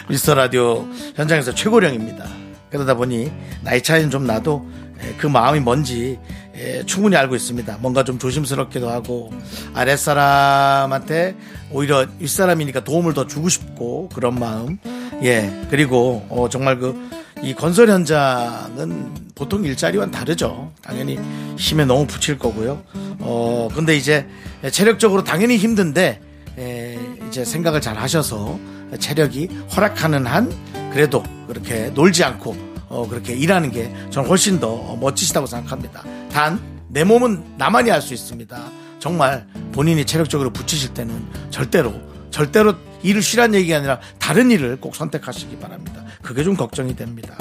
[SPEAKER 1] 미스터 라디오 현장에서 최고령입니다. 그러다 보니 나이 차이는 좀 나도 에, 그 마음이 뭔지 에, 충분히 알고 있습니다. 뭔가 좀 조심스럽기도 하고 아랫사람한테 오히려 윗사람이니까 도움을 더 주고 싶고 그런 마음. 예. 그리고 어, 정말 그 이 건설 현장은 보통 일자리와는 다르죠. 당연히 힘에 너무 붙일 거고요. 어, 근데 이제 체력적으로 당연히 힘든데 에, 이제 음, 생각을 잘 하셔서 체력이 허락하는 한 그래도 그렇게 놀지 않고 어, 그렇게 일하는 게 저는 훨씬 더 멋지시다고 생각합니다. 단 내 몸은 나만이 알 수 있습니다. 정말 본인이 체력적으로 붙이실 때는 절대로 절대로 일을 쉬란 얘기가 아니라 다른 일을 꼭 선택하시기 바랍니다. 그게 좀 걱정이 됩니다.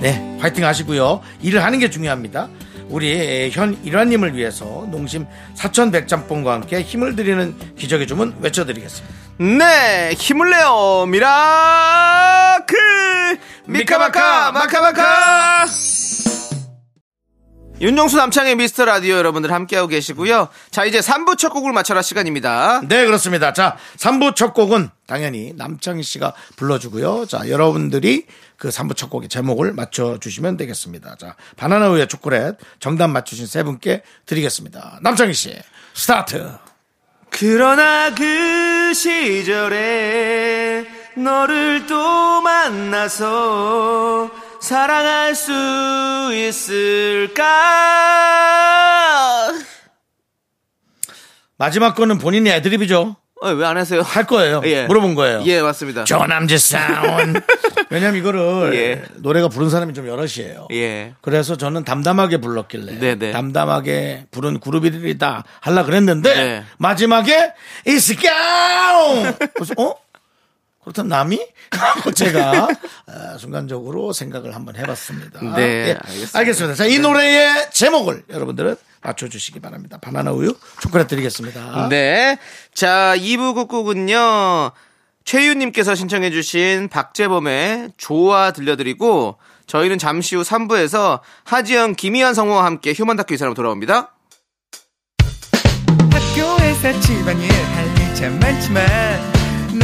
[SPEAKER 1] 네, 화이팅 하시고요. 일을 하는 게 중요합니다. 우리 현 일환님을 위해서 농심 사천 백짬뽕과 함께 힘을 드리는 기적의 주문 외쳐드리겠습니다.
[SPEAKER 2] 네, 힘을 내요, 미라클! 미카마카, 마카마카! 윤정수 남창의 미스터 라디오 여러분들 함께하고 계시고요. 자, 이제 3부 첫 곡을 맞춰라 시간입니다.
[SPEAKER 1] 네, 그렇습니다. 자, 3부 첫 곡은 당연히 남창희 씨가 불러주고요. 자, 여러분들이 그 3부 첫 곡의 제목을 맞춰주시면 되겠습니다. 자, 바나나 우유 초콜릿 정답 맞추신 세 분께 드리겠습니다. 남창희 씨, 스타트!
[SPEAKER 4] 그러나 그 시절에 너를 또 만나서 사랑할 수 있을까?
[SPEAKER 1] 마지막 거는 본인의 애드립이죠.
[SPEAKER 2] 어, 왜 안 하세요?
[SPEAKER 1] 할 거예요.
[SPEAKER 2] 예.
[SPEAKER 1] 물어본 거예요.
[SPEAKER 2] 예, 맞습니다.
[SPEAKER 1] 조남지 사운. 아. <laughs> 왜냐면 이거를
[SPEAKER 2] 예.
[SPEAKER 1] 노래가 부른 사람이 좀 여럿이에요.
[SPEAKER 2] 예.
[SPEAKER 1] 그래서 저는 담담하게 불렀길래
[SPEAKER 2] 네네.
[SPEAKER 1] 담담하게 부른 그룹이다 할라 그랬는데
[SPEAKER 2] 네.
[SPEAKER 1] 마지막에 이스카옹 그래서 어 그렇다면 남이 하고
[SPEAKER 2] <laughs>
[SPEAKER 1] 제가 어, 순간적으로 생각을 한번 해봤습니다. 예.
[SPEAKER 2] 네, 알겠습니다.
[SPEAKER 1] 알겠습니다. 자, 이 노래의 제목을 여러분들은 맞춰주시기 바랍니다. 바나나 우유 초콜릿 드리겠습니다.
[SPEAKER 2] 네. 자, 2부 곡곡은요. 최유님께서 신청해주신 박재범의 좋아 들려드리고, 저희는 잠시 후 3부에서 하지영, 김희한 성우와 함께 휴먼 다큐 이 사람 돌아옵니다.
[SPEAKER 6] 학교에서 집안일 할 일 참 많지만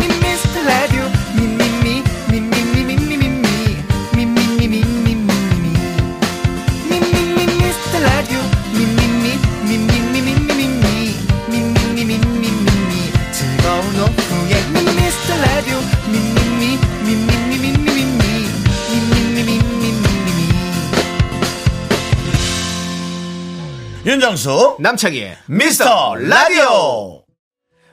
[SPEAKER 6] 미스터 라디오 미미미 미미미 미미미 미미미 미미미 미미미
[SPEAKER 1] 윤정수
[SPEAKER 2] 남창희의
[SPEAKER 1] 미스터 라디오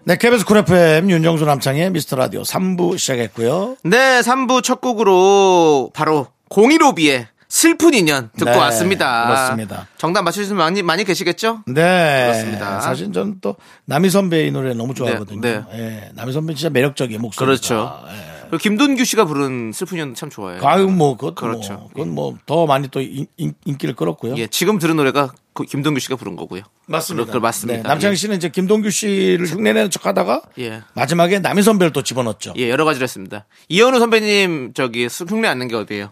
[SPEAKER 1] 네 KBS 쿨 FM 윤정수 남창의 미스터 라디오 3부 시작했고요
[SPEAKER 2] 네, 3부 첫 곡으로 바로 015B의 슬픈 인연 듣고
[SPEAKER 1] 네,
[SPEAKER 2] 왔습니다.
[SPEAKER 1] 그렇습니다.
[SPEAKER 2] 정답 맞추신 분 많이, 많이 계시겠죠?
[SPEAKER 1] 네
[SPEAKER 2] 그렇습니다.
[SPEAKER 1] 사실 저는 또 남희 선배 이 노래 너무 좋아하거든요
[SPEAKER 2] 네,
[SPEAKER 1] 예, 남희 선배 진짜 매력적인 목소리
[SPEAKER 2] 그렇죠. 그리고 김동규 씨가 부른 슬픈 인연 참 좋아해요.
[SPEAKER 1] 네. 아유 뭐 그것도
[SPEAKER 2] 그렇죠.
[SPEAKER 1] 뭐 그건 뭐 더 많이 또 인, 기를 끌었고요
[SPEAKER 2] 예, 지금 들은 노래가 그 김동규 씨가 부른 거고요. 그, 그 맞습니다.
[SPEAKER 1] 네, 남창희 씨는 이제 김동규 씨를 흉내내는 척하다가
[SPEAKER 2] 예.
[SPEAKER 1] 마지막에 남희 선배를 또 집어넣었죠
[SPEAKER 2] 예, 여러 가지를 했습니다. 이현우 선배님 저기 수- 흉내 안는게 어디예요?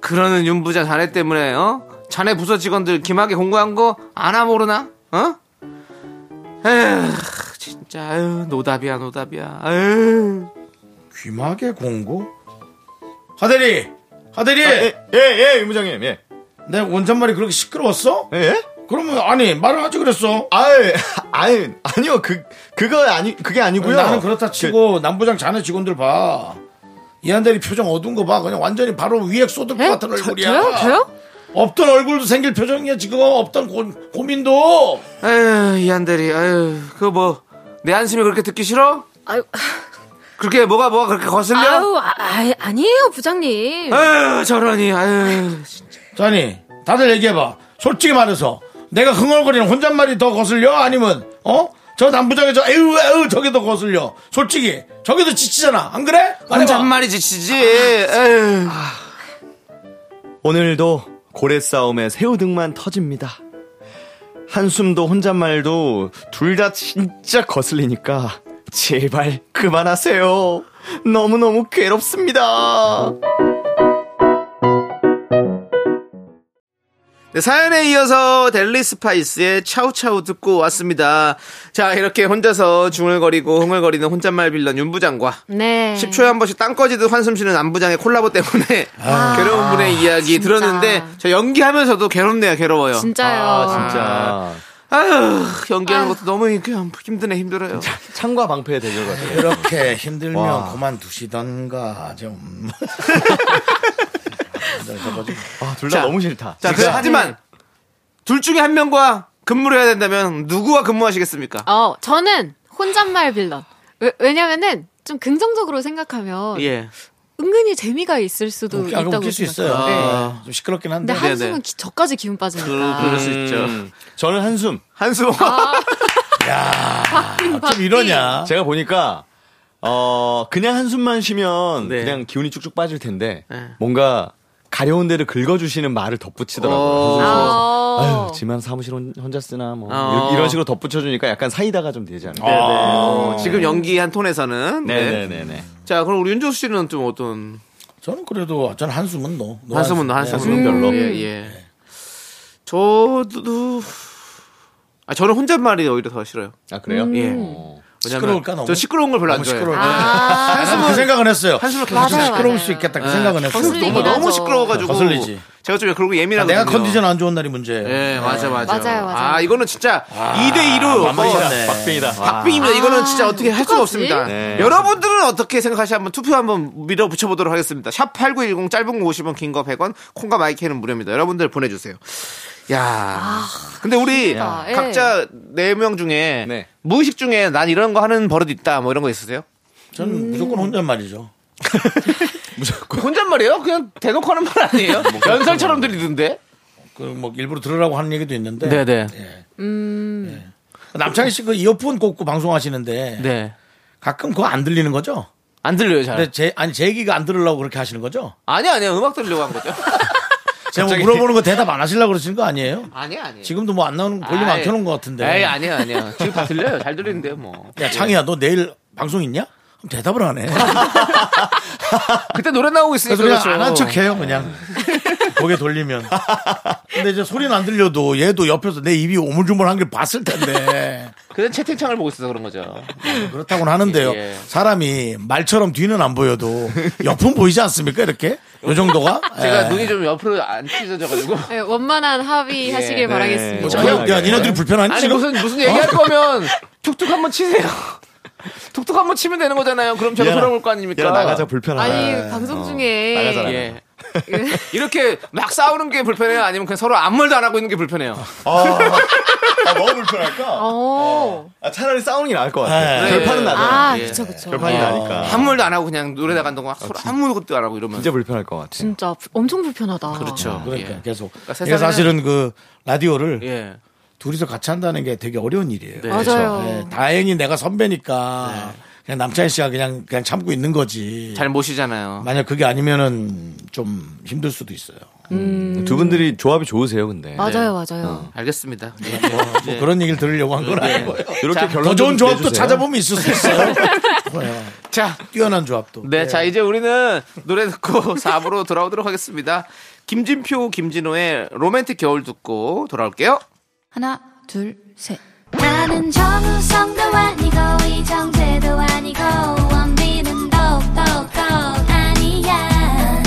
[SPEAKER 2] 그러는 윤부자 자네 때문에 어? 자네 부서 직원들 김학의 공부한 거 아나 모르나? 어? 에휴 진짜 에휴 노답이야 노답이야 에휴
[SPEAKER 1] 귀마개 공구 하대리 하대리
[SPEAKER 4] 아, 예예 유무장님 예.
[SPEAKER 1] 내 원잣말이 그렇게 시끄러웠어
[SPEAKER 4] 예, 예?
[SPEAKER 1] 그러면 아니 말을 하지 그랬어
[SPEAKER 4] 아유 아유 아니요 그 그거 아니 그게 아니고요.
[SPEAKER 1] 나는 그렇다 치고 남부장 자네 직원들 봐. 이한대리 표정 어두운 거 봐. 그냥 완전히 바로 위액 쏟을 것
[SPEAKER 3] 에?
[SPEAKER 1] 같은
[SPEAKER 3] 저-
[SPEAKER 1] 얼굴이야.
[SPEAKER 3] 저요? 저요?
[SPEAKER 1] 없던 얼굴도 생길 표정이야. 지금 없던 고, 민도
[SPEAKER 2] 에휴 이한대리 에휴 그 뭐 내 한심이 그렇게 듣기 싫어?
[SPEAKER 7] 아유,
[SPEAKER 2] 그렇게 뭐가 뭐가 그렇게 거슬려?
[SPEAKER 7] 아유 아, 아, 니에요 부장님.
[SPEAKER 2] 에휴 저러니 에휴 진짜.
[SPEAKER 1] 자니 다들 얘기해봐. 솔직히 말해서 내가 흥얼거리는 혼잣말이 더 거슬려? 아니면 어? 저 남부장의 저 에휴 에휴 저게 더 거슬려. 솔직히 저게 더 지치잖아. 안 그래?
[SPEAKER 2] 혼잣말이 지치지 에휴
[SPEAKER 4] 오늘도 고래 싸움에 새우등만 터집니다. 한숨도 혼잣말도 둘 다 진짜 거슬리니까 제발 그만하세요. 너무너무
[SPEAKER 2] 아,
[SPEAKER 4] 괴롭습니다.
[SPEAKER 2] 네, 사연에 이어서 델리 스파이스의 차우차우 듣고 왔습니다. 자, 이렇게 혼자서 중얼거리고 흥얼거리는 혼잣말 빌런 윤부장과
[SPEAKER 7] 네.
[SPEAKER 2] 10초에 한 번씩 땅 꺼지듯 한숨 쉬는 남부장의 콜라보 때문에 <laughs> 괴로운 분의 이야기
[SPEAKER 7] 진짜.
[SPEAKER 2] 들었는데 저 연기하면서도 괴롭네요, 괴로워요.
[SPEAKER 7] 진짜요.
[SPEAKER 2] 아.
[SPEAKER 4] 진짜
[SPEAKER 2] 아휴, 연기하는 것도 너무 그냥 힘드네, 힘들어요.
[SPEAKER 4] 창과 방패의 대결
[SPEAKER 2] 네.
[SPEAKER 4] 같아요.
[SPEAKER 1] 이렇게 힘들면
[SPEAKER 4] 와.
[SPEAKER 1] 그만두시던가 좀.
[SPEAKER 4] 아, 둘 다
[SPEAKER 2] 자,
[SPEAKER 4] 너무 싫다.
[SPEAKER 2] 자, 그, 하지만 둘 중에 한 명과 근무를 해야 된다면 누구와 근무하시겠습니까?
[SPEAKER 7] 어, 저는 혼잣말 빌런. 왜, 냐면은좀 긍정적으로 생각하면 네,
[SPEAKER 2] 예.
[SPEAKER 7] 은근히 재미가 있을 수도
[SPEAKER 1] 웃기, 아,
[SPEAKER 7] 있다고
[SPEAKER 1] 웃길 수 있어요.
[SPEAKER 7] 생각해요.
[SPEAKER 2] 네.
[SPEAKER 1] 네. 좀 시끄럽긴 한데.
[SPEAKER 7] 근데 한숨은
[SPEAKER 2] 네네.
[SPEAKER 7] 기- 저까지 기운 빠지니까.
[SPEAKER 2] 그럴 수 있죠.
[SPEAKER 4] 음, 저는 한숨. 아.
[SPEAKER 2] 한숨.
[SPEAKER 1] 좀 이러냐?
[SPEAKER 4] 제가 보니까 어 그냥 한숨만 쉬면
[SPEAKER 2] 네.
[SPEAKER 4] 그냥 기운이 쭉쭉 빠질 텐데
[SPEAKER 2] 네.
[SPEAKER 4] 뭔가 가려운 데를 긁어주시는 말을
[SPEAKER 2] 어.
[SPEAKER 4] 덧붙이더라고요. 한숨 쉬면서. 아유, 지만 사무실 혼- 혼자 쓰나 뭐
[SPEAKER 2] 어.
[SPEAKER 4] 이런- 이런 식으로 덧붙여주니까 약간 사이다가 좀 되지 않나요?
[SPEAKER 2] 어, 지금 연기 한 톤에서는. 네.
[SPEAKER 4] 네네네네.
[SPEAKER 2] 자, 그럼 우리 윤정수 씨는 좀 어떤
[SPEAKER 1] 저는 그래도 저는 한숨은 노. 노
[SPEAKER 2] 한숨은 노, 한숨은
[SPEAKER 1] 네,
[SPEAKER 2] 별로. 예, 예. 저도 아 저는 혼잣말이 오히려 더 싫어요.
[SPEAKER 4] 아 그래요?
[SPEAKER 2] 예.
[SPEAKER 4] 어.
[SPEAKER 2] 왜냐면
[SPEAKER 1] 시끄러울까, 너무?
[SPEAKER 2] 저 시끄러운 걸 별로 안
[SPEAKER 1] 너무
[SPEAKER 2] 좋아해요.
[SPEAKER 1] 시끄러워.
[SPEAKER 7] 아,
[SPEAKER 1] 한숨은 그 생각은 했어요.
[SPEAKER 2] 한숨을 계속
[SPEAKER 7] 맞아요,
[SPEAKER 1] 좀 시끄러울
[SPEAKER 7] 맞아요.
[SPEAKER 1] 수 있겠다 그
[SPEAKER 2] 예.
[SPEAKER 1] 생각은 했어요.
[SPEAKER 7] 거슬리긴
[SPEAKER 2] 너무, 너무
[SPEAKER 7] 하죠.
[SPEAKER 2] 시끄러워가지고
[SPEAKER 1] 거슬리지.
[SPEAKER 2] 제가 좀 그리고
[SPEAKER 1] 아,
[SPEAKER 2] 예민하거든요.
[SPEAKER 1] 내가 컨디션 안 좋은 날이 문제예요.
[SPEAKER 2] 예, 맞아, 맞아.
[SPEAKER 7] 네. 맞아요, 맞아요.
[SPEAKER 2] 아, 이거는 진짜 2대
[SPEAKER 1] 아,
[SPEAKER 2] 2로
[SPEAKER 1] 만만찮네.
[SPEAKER 4] 박빙이다.
[SPEAKER 2] 예. 어. 박빙입니다. 이거는 진짜 어떻게 할 수가
[SPEAKER 7] 아, 어떡하지?
[SPEAKER 2] 없습니다.
[SPEAKER 4] 네.
[SPEAKER 2] 여러분들은 어떻게 생각하시 한번 투표 한번 밀어붙여 보도록 하겠습니다. 샵 8910 짧은 거 50원, 긴 거 100원, 콩과 마이크는 무료입니다. 여러분들 보내 주세요. 야. 근데 우리
[SPEAKER 7] 아, 진짜, 예.
[SPEAKER 2] 각자 네 명 중에
[SPEAKER 4] 네.
[SPEAKER 2] 무의식 중에 난 이런 거 하는 버릇 있다. 뭐 이런 거 있으세요?
[SPEAKER 1] 저는
[SPEAKER 7] 음.
[SPEAKER 1] 무조건 혼잣말이죠.
[SPEAKER 2] 혼잣말이에요? 그냥 대놓고 하는 말 <laughs> 아니에요? 연설처럼 들리던데.
[SPEAKER 1] 그 뭐 일부러 들으라고 하는 얘기도 있는데.
[SPEAKER 2] 네, 네.
[SPEAKER 7] 음.
[SPEAKER 1] 남창희 씨 그 이어폰 꽂고 방송하시는데
[SPEAKER 2] 네.
[SPEAKER 1] 가끔 그거 안 들리는 거죠?
[SPEAKER 2] 안 들려요, 잘.
[SPEAKER 1] 근데 제 아니 제 얘기가 안 들으려고 그렇게 하시는 거죠?
[SPEAKER 2] 아니야, 아니야. 음악 들으려고 한 거죠.
[SPEAKER 1] 제가 뭐
[SPEAKER 4] 갑자기-
[SPEAKER 1] 물어보는 거 대답 안 하시려고 그러시는 거 아니에요?
[SPEAKER 2] 아니야, 아니야.
[SPEAKER 1] 지금도 뭐 안 나오는 거 볼륨 안
[SPEAKER 2] 아이,
[SPEAKER 1] 켜놓은 것 같은데.
[SPEAKER 2] 에이, 아니야, 아니야. 지금 다 들려요. 잘 들리는데요, 뭐.
[SPEAKER 1] 야 창희야 너 내일 방송 있냐? 그럼 대답을 안 해.
[SPEAKER 2] 그때 노래 나오고 있으니까
[SPEAKER 1] 그래서 그냥
[SPEAKER 2] 그렇죠. 네.
[SPEAKER 1] 안 한 척해요 그냥 고개 돌리면 근데 이제 소리는 안 들려도 얘도 옆에서 내 입이 오물조물한 걸 봤을 텐데
[SPEAKER 2] 그냥 채팅창을 보고 있어서 그런 거죠.
[SPEAKER 1] 그렇다고는 하는데요
[SPEAKER 2] 예.
[SPEAKER 1] 사람이 말처럼 뒤는 안 보여도 옆은 보이지 않습니까 이렇게 요 정도가
[SPEAKER 2] 제가
[SPEAKER 1] 예.
[SPEAKER 2] 눈이 좀 옆으로
[SPEAKER 1] <laughs>
[SPEAKER 2] 안 찢어져가지고.
[SPEAKER 7] 예, 원만한 합의하시길
[SPEAKER 2] 예, 네.
[SPEAKER 1] 그 어,
[SPEAKER 7] 바라겠습니다.
[SPEAKER 4] 뭐
[SPEAKER 2] 예.
[SPEAKER 1] 야, 야, 니네들이 불편하니
[SPEAKER 2] 아니
[SPEAKER 1] 지금
[SPEAKER 2] 무슨 무슨 얘기할 거면 툭툭 한번 치세요. <laughs> 툭툭 한번 치면 되는 거잖아요. 그럼 제가
[SPEAKER 4] 얘나-
[SPEAKER 2] 돌아올 거 아닙니까?
[SPEAKER 4] 얘나 나가자 불편하다.
[SPEAKER 7] 아니 방송 중에
[SPEAKER 4] 나가자, 나가자.
[SPEAKER 2] 예. <laughs> 이렇게 막 싸우는 게 불편해요? 아니면 그냥 서로 아무 말도 안 하고 있는 게 불편해요?
[SPEAKER 4] 아, 아, 뭐가 불편할까?
[SPEAKER 7] 어.
[SPEAKER 4] 아, 차라리 싸우는 게 나을 것 같아.
[SPEAKER 1] 네.
[SPEAKER 4] 결판은 나잖아.
[SPEAKER 7] 아
[SPEAKER 2] 예.
[SPEAKER 7] 그쵸 그쵸.
[SPEAKER 4] 결판이
[SPEAKER 2] 어.
[SPEAKER 4] 나니까.
[SPEAKER 2] 아무 말도 안 하고 그냥 노래 나간다고 막 서로 아무것도 안 하고 이러면.
[SPEAKER 4] 진짜 불편할 것 같아.
[SPEAKER 7] 진짜 불- 엄청 불편하다.
[SPEAKER 2] 그렇죠.
[SPEAKER 1] 그러니까
[SPEAKER 2] 예.
[SPEAKER 1] 계속. 그러니까
[SPEAKER 2] 세상에는-
[SPEAKER 1] 사실은 그 라디오를
[SPEAKER 2] 예.
[SPEAKER 1] 둘이서 같이 한다는 게 되게 어려운 일이에요.
[SPEAKER 2] 네.
[SPEAKER 7] 맞아요.
[SPEAKER 1] 네, 다행히 내가 선배니까 그냥 남창희 씨가 그냥 그냥 참고 있는 거지.
[SPEAKER 2] 잘 모시잖아요.
[SPEAKER 1] 만약 그게 아니면은 좀 힘들 수도 있어요.
[SPEAKER 4] 음. 두 분들이 조합이 좋으세요, 근데.
[SPEAKER 7] 음. 맞아요 맞아요.
[SPEAKER 2] 네. 알겠습니다. 예.
[SPEAKER 1] 뭐 그런 얘기를 들으려고 한 건 아니고요.
[SPEAKER 4] 이렇게
[SPEAKER 2] 자,
[SPEAKER 4] 결론
[SPEAKER 1] 더 좋은
[SPEAKER 4] 좀
[SPEAKER 1] 조합도
[SPEAKER 4] 내주세요.
[SPEAKER 1] 찾아보면 있을 수 있어요. 네,
[SPEAKER 2] 자,
[SPEAKER 1] 뛰어난 조합도.
[SPEAKER 2] 네, 자 이제 우리는 노래 듣고 <laughs> 4부로 돌아오도록 하겠습니다. 김진표, 김진호의 로맨틱 겨울 듣고 돌아올게요.
[SPEAKER 3] 하나, 둘, 셋.
[SPEAKER 5] 나는 정우성도 아니고 이정재도 아니고 원빈은 더욱더 아니야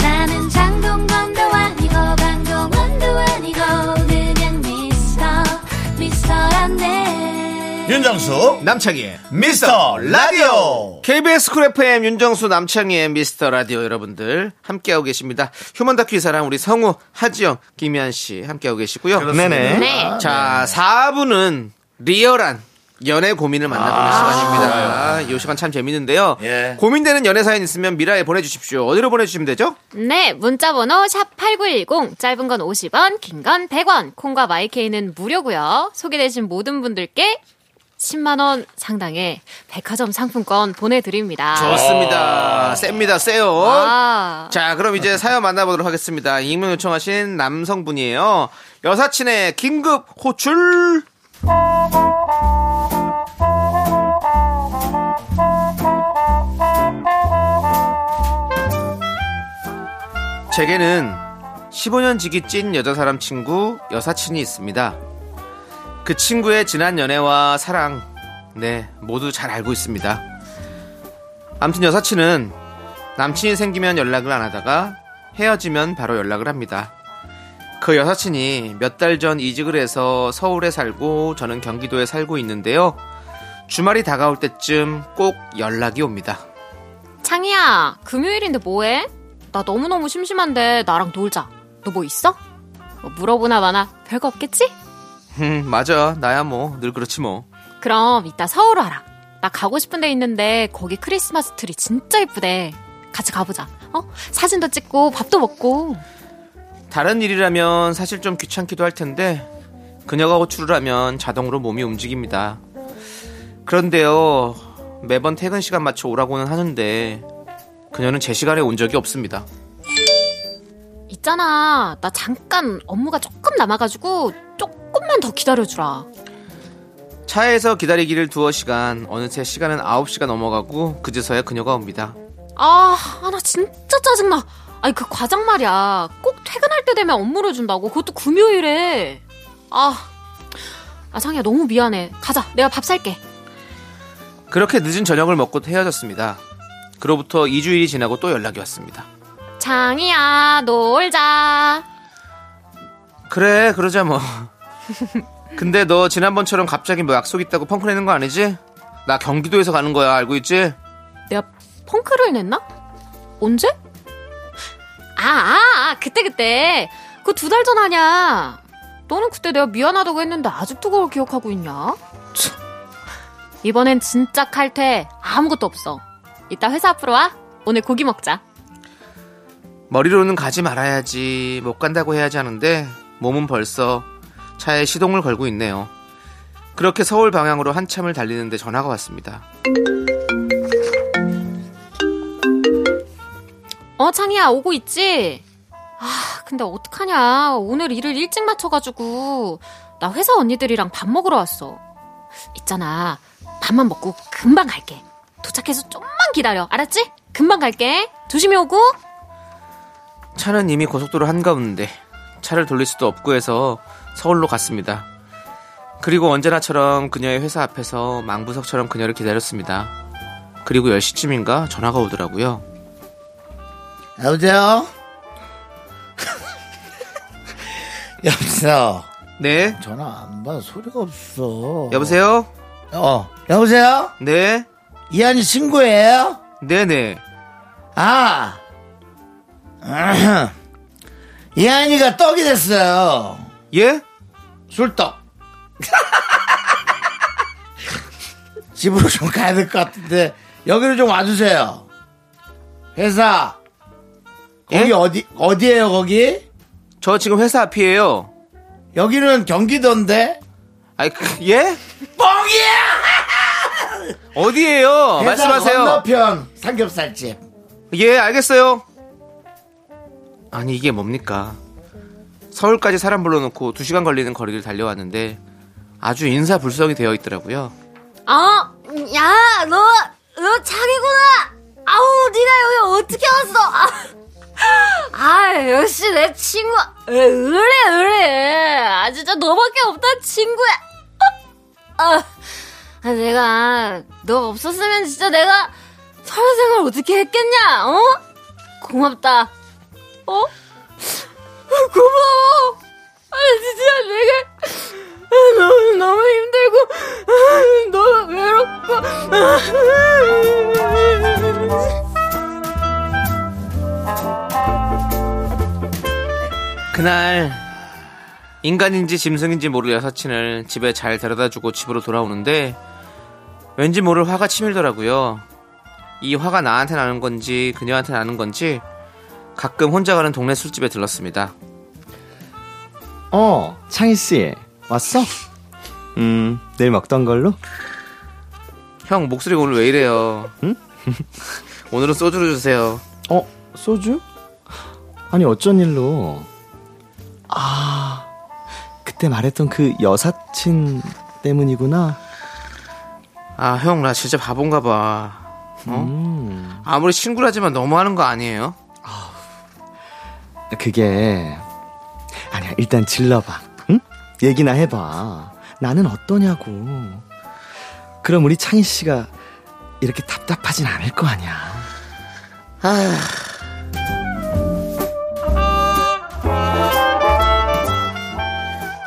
[SPEAKER 5] 나는 장동건도 아니고 강동원도 아니고 그냥 미스터 미스터란데
[SPEAKER 1] 윤정수
[SPEAKER 2] 남창희의
[SPEAKER 1] 미스터 라디오.
[SPEAKER 2] KBS 쿨 FM 윤정수 남창희의 미스터 라디오 여러분들 함께하고 계십니다. 휴먼 다큐 이사랑 우리 성우, 하지영, 김희한 씨 함께하고 계시고요.
[SPEAKER 4] 네네.
[SPEAKER 7] 네.
[SPEAKER 2] 자, 4부는 리얼한 연애 고민을
[SPEAKER 7] 아.
[SPEAKER 2] 만나보는 시간입니다. 이 시간 참 재밌는데요.
[SPEAKER 1] 예.
[SPEAKER 2] 고민되는 연애 사연 있으면 미라에 보내주십시오. 어디로 보내주시면 되죠?
[SPEAKER 7] 네, 문자번호 샵8910, 짧은 건 50원, 긴 건 100원, 콩과 마이케이는 무료고요 소개되신 모든 분들께 10만원 상당의 백화점 상품권 보내드립니다.
[SPEAKER 2] 좋습니다. 아, 셉니다, 세요.
[SPEAKER 7] 아,
[SPEAKER 2] 자, 그럼 이제 사연 만나보도록 하겠습니다. 익명 요청하신 남성분이에요. 여사친의 긴급 호출. 제게는 15년 지기 찐 여자 사람 친구 여사친이 있습니다. 그 친구의 지난 연애와 사랑, 네, 모두 잘 알고 있습니다. 암튼 여사친은 남친이 생기면 연락을 안 하다가 헤어지면 바로 연락을 합니다. 그 여사친이 몇 달 전 이직을 해서 서울에 살고 저는 경기도에 살고 있는데요. 주말이 다가올 때쯤 꼭 연락이 옵니다.
[SPEAKER 7] 창희야, 금요일인데 뭐해? 나 너무너무 심심한데 나랑 놀자. 너 뭐 있어? 뭐 물어보나 마나 별거 없겠지?
[SPEAKER 2] 음, 맞아. 나야 뭐 늘 그렇지 뭐.
[SPEAKER 7] 그럼 이따 서울 와라. 나 가고 싶은 데 있는데 거기 크리스마스 트리 진짜 예쁘대. 같이 가보자. 어? 사진도 찍고 밥도 먹고.
[SPEAKER 2] 다른 일이라면 사실 좀 귀찮기도 할 텐데 그녀가 호출을 하면 자동으로 몸이 움직입니다. 그런데요. 매번 퇴근 시간 맞춰 오라고는 하는데 그녀는 제 시간에 온 적이 없습니다.
[SPEAKER 7] 있잖아. 나 잠깐 업무가 조금 남아가지고 조금만 더 기다려주라.
[SPEAKER 2] 차에서 기다리기를 두어 시간 어느새 시간은 9시가 넘어가고 그제서야 그녀가 옵니다
[SPEAKER 7] 아, 아, 나 진짜 짜증나. 아니, 그 과장 말이야. 꼭 퇴근할 때 되면 업무를 준다고. 그것도 금요일에. 아, 아, 상희야, 너무 미안해. 가자. 내가 밥 살게.
[SPEAKER 2] 그렇게 늦은 저녁을 먹고 헤어졌습니다 그로부터 2주일이 지나고 또 연락이 왔습니다
[SPEAKER 7] 장이야, 놀자.
[SPEAKER 2] 그래 그러자 뭐 <laughs> 근데 너 지난번처럼 갑자기 뭐 약속 있다고 펑크 내는 거 아니지? 나 경기도에서 가는 거야 알고 있지?
[SPEAKER 7] 내가 펑크를 냈나? 언제? 아, 아, 아 그때 그때. 그 두 달 전 아냐. 너는 그때 내가 미안하다고 했는데 아직도 그걸 기억하고 있냐? 참. 이번엔 진짜 칼퇴. 아무것도 없어. 이따 회사 앞으로 와. 오늘 고기 먹자.
[SPEAKER 2] 머리로는 가지 말아야지 못 간다고 해야지 하는데 몸은 벌써 차에 시동을 걸고 있네요 그렇게 서울 방향으로 한참을 달리는데 전화가 왔습니다
[SPEAKER 7] 어, 창희야, 오고 있지? 아, 근데 어떡하냐. 오늘 일을 일찍 마쳐가지고. 나 회사 언니들이랑 밥 먹으러 왔어. 있잖아. 밥만 먹고 금방 갈게. 도착해서 좀만 기다려. 알았지? 금방 갈게. 조심히 오고.
[SPEAKER 2] 차는 이미 고속도로 한가운데 차를 돌릴 수도 없고 해서 서울로 갔습니다. 그리고 언제나처럼 그녀의 회사 앞에서 망부석처럼 그녀를 기다렸습니다. 그리고 10시쯤인가 전화가 오더라고요.
[SPEAKER 1] <laughs> 여보세요? 여보세요?
[SPEAKER 2] 네,
[SPEAKER 1] 전화 안 받아. 소리가 없어.
[SPEAKER 2] 여보세요?
[SPEAKER 1] 어. 여보세요?
[SPEAKER 2] 네,
[SPEAKER 1] 이한이 친구예요?
[SPEAKER 2] 네네.
[SPEAKER 1] 아, <clears throat> 이한이가 떡이 됐어요.
[SPEAKER 2] 예?
[SPEAKER 1] 술떡. <laughs> 집으로 좀 가야 될 것 같은데 여기로 좀 와주세요. 회사 거기
[SPEAKER 2] 예?
[SPEAKER 1] 어디 어디예요 거기?
[SPEAKER 2] 저 지금 회사 앞이에요.
[SPEAKER 1] 여기는 경기도인데
[SPEAKER 2] 아이, 그, 예?
[SPEAKER 1] 뻥이야.
[SPEAKER 2] 어디에요?
[SPEAKER 1] 회사
[SPEAKER 2] 말씀하세요.
[SPEAKER 1] 건너편 삼겹살집.
[SPEAKER 2] 예, 알겠어요. 아니, 이게 뭡니까? 서울까지 사람 불러놓고 2시간 걸리는 거리를 달려왔는데 아주 인사불성이 되어 있더라고요.
[SPEAKER 8] 아, 야, 너, 너 자기구나. 아우, 네가 여기 어떻게 왔어? 아, 아 역시 내 친구. 으, 으래, 으래. 아, 진짜 너밖에 없다, 친구야. 아, 아, 내가 너 없었으면 진짜 내가 사회생활 어떻게 했겠냐? 어? 고맙다. 어? 고마워. 아, 진짜 내가 너무 너무 힘들고 아, 너무 외롭고.
[SPEAKER 2] 그날 인간인지 짐승인지 모를 여사친을 집에 잘 데려다주고 집으로 돌아오는데 왠지 모를 화가 치밀더라고요. 이 화가 나한테 나는 건지 그녀한테 나는 건지 가끔 혼자 가는 동네 술집에 들렀습니다.
[SPEAKER 4] 어, 창희씨, 왔어? 음, 내일 먹던 걸로?
[SPEAKER 2] 형 목소리가 오늘 왜 이래요? <laughs> 오늘은 소주로 주세요.
[SPEAKER 4] 어, 소주? 아니, 어쩐 일로? 아, 그때 말했던 그 여사친 때문이구나.
[SPEAKER 2] 아 형 나 진짜 바본가 봐. 어? 아무리 친구라지만 너무하는 거 아니에요?
[SPEAKER 4] 그게, 아니야, 일단 질러봐. 응? 얘기나 해봐. 나는 어떠냐고. 그럼 우리 창희씨가 이렇게 답답하진 않을 거 아니야.
[SPEAKER 2] 아.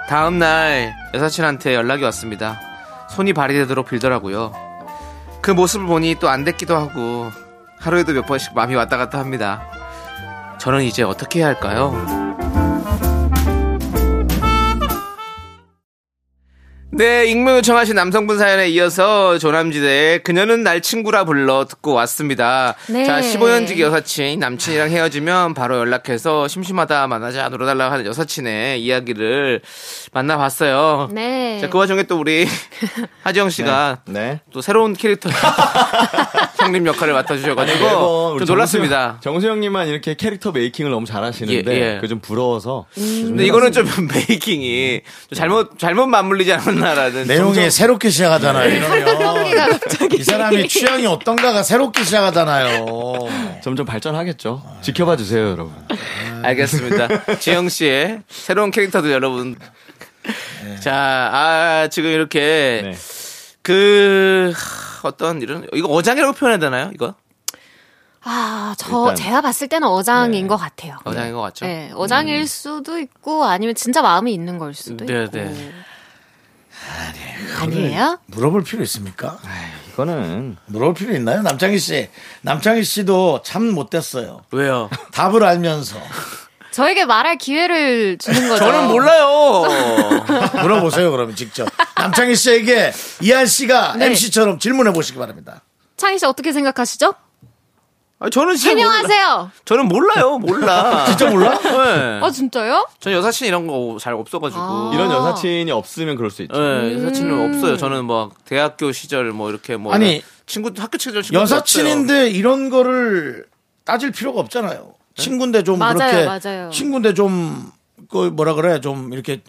[SPEAKER 2] 다음 날 여사친한테 연락이 왔습니다. 손이 발이 되도록 빌더라고요. 그 모습을 보니 또 안 됐기도 하고 하루에도 몇 번씩 마음이 왔다 갔다 합니다. 저는 이제 어떻게 해야 할까요? 네, 익명 요청하신 남성분 사연에 이어서 조남지대의 그녀는 날 친구라 불러 듣고 왔습니다.
[SPEAKER 7] 네.
[SPEAKER 2] 자, 15년지기 여사친, 남친이랑 헤어지면 바로 연락해서 심심하다 만나자 놀아달라고 하는 여사친의 이야기를 만나봤어요.
[SPEAKER 7] 네.
[SPEAKER 2] 자, 그 와중에 또 우리 <laughs> 하지영 씨가
[SPEAKER 4] 네.
[SPEAKER 2] 또 새로운 캐릭터 <laughs> 형님 역할을 맡아주셔가지고
[SPEAKER 4] 매번 우리
[SPEAKER 2] 좀 놀랐습니다.
[SPEAKER 4] 정수영님만 이렇게 캐릭터 메이킹을 너무 잘하시는데
[SPEAKER 2] 예, 예.
[SPEAKER 4] 그게 좀 부러워서.
[SPEAKER 2] 근데 이거는 좀 <laughs> 메이킹이 좀 잘못 잘못 맞물리지 않았나라는
[SPEAKER 1] 내용이
[SPEAKER 2] 점점-
[SPEAKER 1] 새롭게 시작하잖아요. 이러면
[SPEAKER 7] 가
[SPEAKER 1] <laughs>
[SPEAKER 7] 갑자기
[SPEAKER 1] 이 사람이 취향이 어떤가가 새롭게 시작하잖아요.
[SPEAKER 4] 점점 발전하겠죠. 지켜봐 주세요, 여러분.
[SPEAKER 2] 알겠습니다. 지영 씨의 새로운 캐릭터도 여러분. 자, 아 지금 이렇게
[SPEAKER 4] 네.
[SPEAKER 2] 그 하, 어떤 이런 이거 어장이라고 표현해야 되나요? 이거
[SPEAKER 7] 아, 저
[SPEAKER 4] 일단.
[SPEAKER 7] 제가 봤을 때는 어장인 것 같아요.
[SPEAKER 2] 네. 어장인 것 같죠?
[SPEAKER 7] 네, 어장일 수도 있고 아니면 진짜 마음이 있는 걸 수도
[SPEAKER 2] 네,
[SPEAKER 7] 있고.
[SPEAKER 2] 네.
[SPEAKER 7] 아니에요?
[SPEAKER 1] 물어볼 필요 있습니까?
[SPEAKER 4] 이거는
[SPEAKER 1] 물어볼 필요 있나요? 남창희 씨. 남창희 씨도 참 못됐어요.
[SPEAKER 2] 왜요?
[SPEAKER 1] 답을 알면서
[SPEAKER 7] 저에게 말할 기회를 주는 거죠.
[SPEAKER 2] 저는 몰라요.
[SPEAKER 1] 물어보세요, 그러면 직접. 남창희 씨에게 이한 씨가
[SPEAKER 7] 네.
[SPEAKER 1] MC처럼 질문해 보시기 바랍니다.
[SPEAKER 7] 창희 씨 어떻게 생각하시죠?
[SPEAKER 2] 아, 저는 진짜 몰라.
[SPEAKER 7] 해명하세요.
[SPEAKER 2] 저는 몰라요, 몰라. 진짜 몰라? 네.
[SPEAKER 7] 아 진짜요?
[SPEAKER 2] 전 여사친 이런 거 잘 없어가지고.
[SPEAKER 7] 아.
[SPEAKER 4] 이런 여사친이 없으면 그럴 수 있죠.
[SPEAKER 2] 네,
[SPEAKER 7] 음.
[SPEAKER 2] 여사친은 없어요. 저는 뭐 대학교 시절 뭐 이렇게 뭐
[SPEAKER 1] 아니,
[SPEAKER 2] 친구 학교 시절 친구
[SPEAKER 1] 여사친인데 이런 거를 따질 필요가 없잖아요.
[SPEAKER 4] 네?
[SPEAKER 1] 친구인데 좀
[SPEAKER 7] 맞아요,
[SPEAKER 1] 그렇게
[SPEAKER 7] 맞아요.
[SPEAKER 1] 친구인데 좀 그 뭐라 그래 좀 이렇게